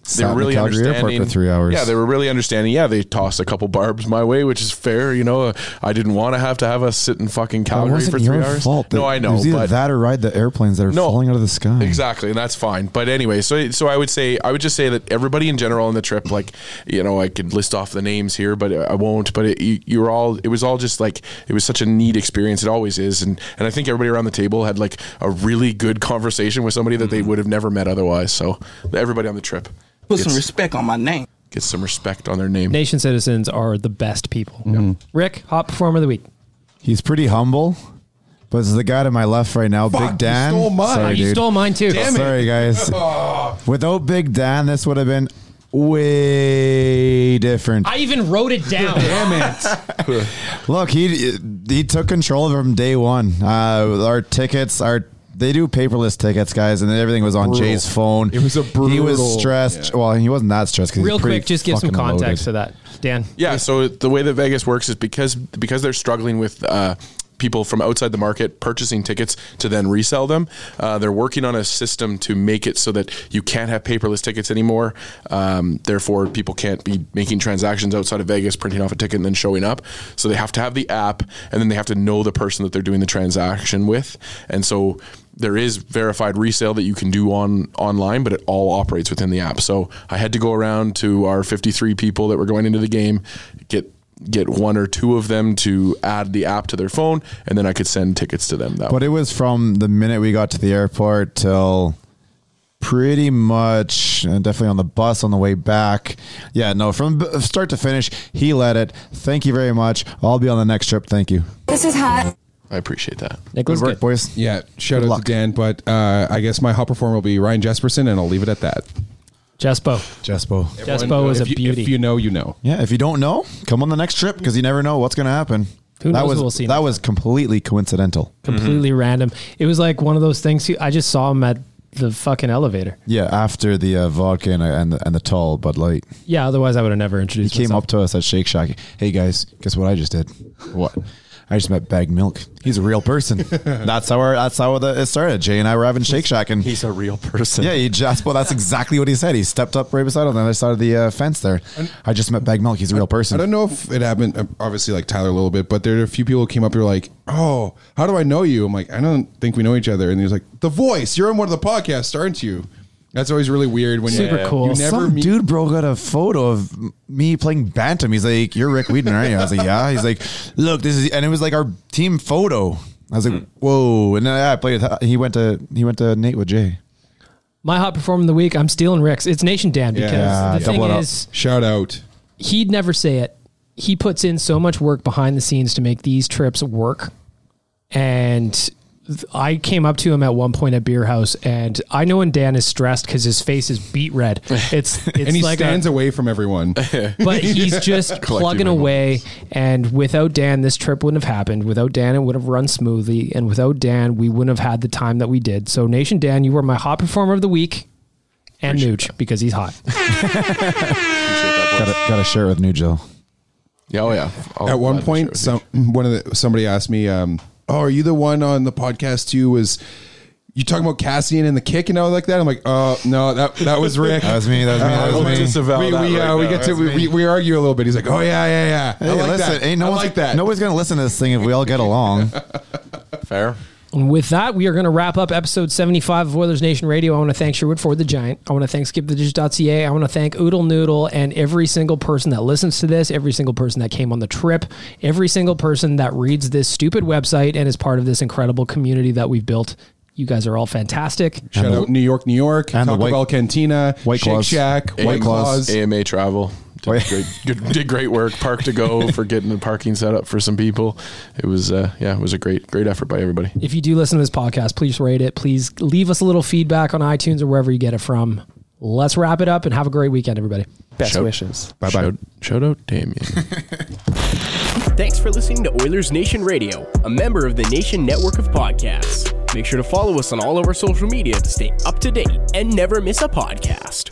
[SPEAKER 4] Sat
[SPEAKER 3] they
[SPEAKER 4] in
[SPEAKER 3] were
[SPEAKER 4] the
[SPEAKER 3] really
[SPEAKER 4] Calgary airport
[SPEAKER 3] understanding.
[SPEAKER 4] for three hours.
[SPEAKER 3] Yeah, they were really understanding. Yeah, they tossed a couple barbs my way, which is fair. You know, uh, I didn't want to have to have us sit in fucking
[SPEAKER 4] It
[SPEAKER 3] Calgary
[SPEAKER 4] wasn't
[SPEAKER 3] for three
[SPEAKER 4] your
[SPEAKER 3] hours.
[SPEAKER 4] fault.
[SPEAKER 3] no,
[SPEAKER 4] that-
[SPEAKER 3] I know.
[SPEAKER 4] It was either
[SPEAKER 3] but
[SPEAKER 4] that or ride the airplanes that are falling out of the sky.
[SPEAKER 3] Exactly, and that's fine. But anyway, so so I would say I would just say that everybody in general on the trip, like you know, I could list off the names here, but I won't. But it, you, you were all it was all just like it was such a neat experience. It always is, and and I think everybody around the table had like a really good conversation with somebody that they would have never met otherwise. So everybody on the trip
[SPEAKER 11] Mm-hmm. Put some
[SPEAKER 3] Yes.
[SPEAKER 11] respect on my name.
[SPEAKER 3] gets some respect on their name.
[SPEAKER 2] Nation citizens are the best people.
[SPEAKER 4] Mm-hmm.
[SPEAKER 2] Rick, Hot Performer of the Week.
[SPEAKER 4] He's pretty humble, but it's the guy to my left right now,
[SPEAKER 1] Fuck,
[SPEAKER 4] Big Dan.
[SPEAKER 1] you stole mine.
[SPEAKER 4] Sorry,
[SPEAKER 2] you
[SPEAKER 4] dude.
[SPEAKER 2] stole mine too.
[SPEAKER 4] Sorry, guys. Without Big Dan, this would have been way different.
[SPEAKER 2] I even wrote it down.
[SPEAKER 4] Look, he he took control from day one. Uh, our tickets are. They do paperless tickets, guys, and then everything was on
[SPEAKER 1] Brutal.
[SPEAKER 4] Jay's phone.
[SPEAKER 1] It was a
[SPEAKER 4] He was
[SPEAKER 1] brutal-
[SPEAKER 4] stressed.
[SPEAKER 1] yeah.
[SPEAKER 4] Well, he wasn't that stressed. 'cause he's
[SPEAKER 2] Real
[SPEAKER 4] pretty
[SPEAKER 2] quick, just give some
[SPEAKER 4] fucking
[SPEAKER 2] context
[SPEAKER 4] loaded.
[SPEAKER 2] to that, Dan.
[SPEAKER 3] Yeah. So the way that Vegas works is because because they're struggling with. Uh, People from outside the market purchasing tickets to then resell them. Uh, they're working on a system to make it so that you can't have paperless tickets anymore. Um, therefore, people can't be making transactions outside of Vegas, printing off a ticket and then showing up. So they have to have the app, and then they have to know the person that they're doing the transaction with. And so there is verified resale that you can do on online, but it all operates within the app. So I had to go around to our 53 people that were going into the game, get get one or two of them to add the app to their phone, and then I could send tickets to them. That
[SPEAKER 4] But it was from the minute we got to the airport till pretty much, and definitely on the bus on the way back. Yeah, no, from b- start to finish, he led it. Thank you very much. I'll be on the next trip. Thank you.
[SPEAKER 3] I appreciate that.
[SPEAKER 2] Nicholas,
[SPEAKER 4] Good work, boys.
[SPEAKER 1] Yeah, shout
[SPEAKER 4] Good
[SPEAKER 1] out
[SPEAKER 4] luck.
[SPEAKER 1] to Dan, but uh, I guess my hot performer will be Ryan Jesperson, and I'll leave it at that.
[SPEAKER 2] Jespo.
[SPEAKER 4] Jespo.
[SPEAKER 2] Jespo is
[SPEAKER 1] uh, if
[SPEAKER 2] a
[SPEAKER 1] you,
[SPEAKER 2] beauty.
[SPEAKER 1] If you know, you know.
[SPEAKER 4] Yeah, if you don't know, come on the next trip because you never know what's going to happen.
[SPEAKER 2] Who
[SPEAKER 4] that
[SPEAKER 2] knows
[SPEAKER 4] was
[SPEAKER 2] what we'll see
[SPEAKER 4] that
[SPEAKER 2] next
[SPEAKER 4] was completely coincidental.
[SPEAKER 1] mm-hmm.
[SPEAKER 2] completely random. It was like one of those things. I just saw him at the fucking elevator.
[SPEAKER 4] Yeah, after the uh, vodka and, and the, and the tall Bud Light,
[SPEAKER 2] Yeah, otherwise I would have never
[SPEAKER 4] he
[SPEAKER 2] introduced.
[SPEAKER 4] came
[SPEAKER 2] myself.
[SPEAKER 4] up to us at Shake Shack. Hey guys, guess what I just did? What? I just met Bag Milk. He's a real person. that's how our, that's how the, it started. Jay and I were having Shake Shack, and
[SPEAKER 6] He's a real person.
[SPEAKER 4] yeah, he just well, that's exactly what he said. He stepped up right beside him on the other side of the uh, fence there. I just met Bag Milk. He's a real person.
[SPEAKER 3] I don't know if it happened, uh, obviously, like Tyler a little bit, but there are a few people who came up who were like, Oh, how do I know you? I'm like, I don't think we know each other. And he was like, The voice, you're on one of the podcasts, aren't you? That's always really weird when
[SPEAKER 2] Super
[SPEAKER 3] you,
[SPEAKER 2] cool.
[SPEAKER 3] you never
[SPEAKER 4] Some
[SPEAKER 3] meet.
[SPEAKER 4] dude bro got a photo of m- me playing bantam. He's like, "You're Rick Whedon, aren't you?" I was like, "Yeah." He's like, "Look, this is," and it was like our team photo. I was like, "Whoa!" And then yeah, I played. With, he went to he went to Nate with Jay.
[SPEAKER 2] My hot performer of the week. I'm stealing Rick's. It's Nation Dan because
[SPEAKER 4] Yeah,
[SPEAKER 2] the
[SPEAKER 4] double
[SPEAKER 2] thing
[SPEAKER 4] it up.
[SPEAKER 2] is,
[SPEAKER 3] Shout out.
[SPEAKER 2] he'd never say it. He puts in so much work behind the scenes to make these trips work. And th- I came up to him at one point at Beer House, and I know when Dan is stressed because his face is beat red. It's, it's
[SPEAKER 3] And he
[SPEAKER 2] like a-
[SPEAKER 3] stands away from everyone.
[SPEAKER 2] but he's just plugging away. And without Dan, this trip wouldn't have happened. Without Dan, it would have run smoothly. And without Dan, we wouldn't have had the time that we did. So, Nation Dan, you were my hot performer of the week, and Nooch because he's hot.
[SPEAKER 4] Got a, got a shirt with New Jill.
[SPEAKER 12] Yeah, oh yeah. I'll
[SPEAKER 3] At
[SPEAKER 12] gladly
[SPEAKER 3] one
[SPEAKER 12] share
[SPEAKER 3] point,
[SPEAKER 12] with
[SPEAKER 3] some one of the, somebody asked me, um, "Oh, are you the one on the podcast who was you talking about Cassian and the kick and all like that?" I'm like, "Oh no, that that was Rick.
[SPEAKER 4] That was me. That was me. That
[SPEAKER 3] Uh,
[SPEAKER 4] was
[SPEAKER 3] we-
[SPEAKER 4] me.
[SPEAKER 12] disavow
[SPEAKER 3] we
[SPEAKER 12] that
[SPEAKER 3] we,
[SPEAKER 12] right
[SPEAKER 3] uh, we
[SPEAKER 12] now.
[SPEAKER 3] get to
[SPEAKER 12] That's
[SPEAKER 3] we, we, we argue a little bit. He's like, "Oh yeah, yeah, yeah." I
[SPEAKER 4] Hey,
[SPEAKER 3] like
[SPEAKER 4] listen,
[SPEAKER 3] that.
[SPEAKER 4] ain't no
[SPEAKER 3] I
[SPEAKER 4] one's
[SPEAKER 3] like that.
[SPEAKER 4] Nobody's gonna listen to this thing if we all get along.
[SPEAKER 6] you. Fair.
[SPEAKER 2] And with that, we are going to wrap up episode 75 of Oilers Nation Radio. I want to thank Sherwood Ford the Giant. I want to thank SkipTheDish.ca. I want to thank Oodle Noodle and every single person that listens to this, every single person that came on the trip, every single person that reads this stupid website and is part of this incredible community that we've built. You guys are all fantastic.
[SPEAKER 3] Shout out New York, New York,
[SPEAKER 4] and the
[SPEAKER 3] Taco
[SPEAKER 4] White-
[SPEAKER 3] Bell Cantina,
[SPEAKER 4] White
[SPEAKER 3] Shake
[SPEAKER 4] Claws.
[SPEAKER 3] Shack,
[SPEAKER 12] AMA
[SPEAKER 3] White Claws.
[SPEAKER 12] AMA travel. Did
[SPEAKER 4] Wait.
[SPEAKER 12] great, good- did great work. Park to go for getting the parking set up for some people. It was uh, yeah, it was a great great effort by everybody.
[SPEAKER 2] If you do listen to this podcast, please rate it. Please leave us a little feedback on iTunes or wherever you get it from. Let's wrap it up and have a great weekend, everybody.
[SPEAKER 13] Best
[SPEAKER 12] Shout-
[SPEAKER 13] wishes.
[SPEAKER 12] Bye bye. Shout, shout out Damien.
[SPEAKER 13] Thanks for listening to Oilers Nation Radio, a member of the Nation Network of Podcasts. Make sure to follow us on all of our social media to stay up to date and never miss a podcast.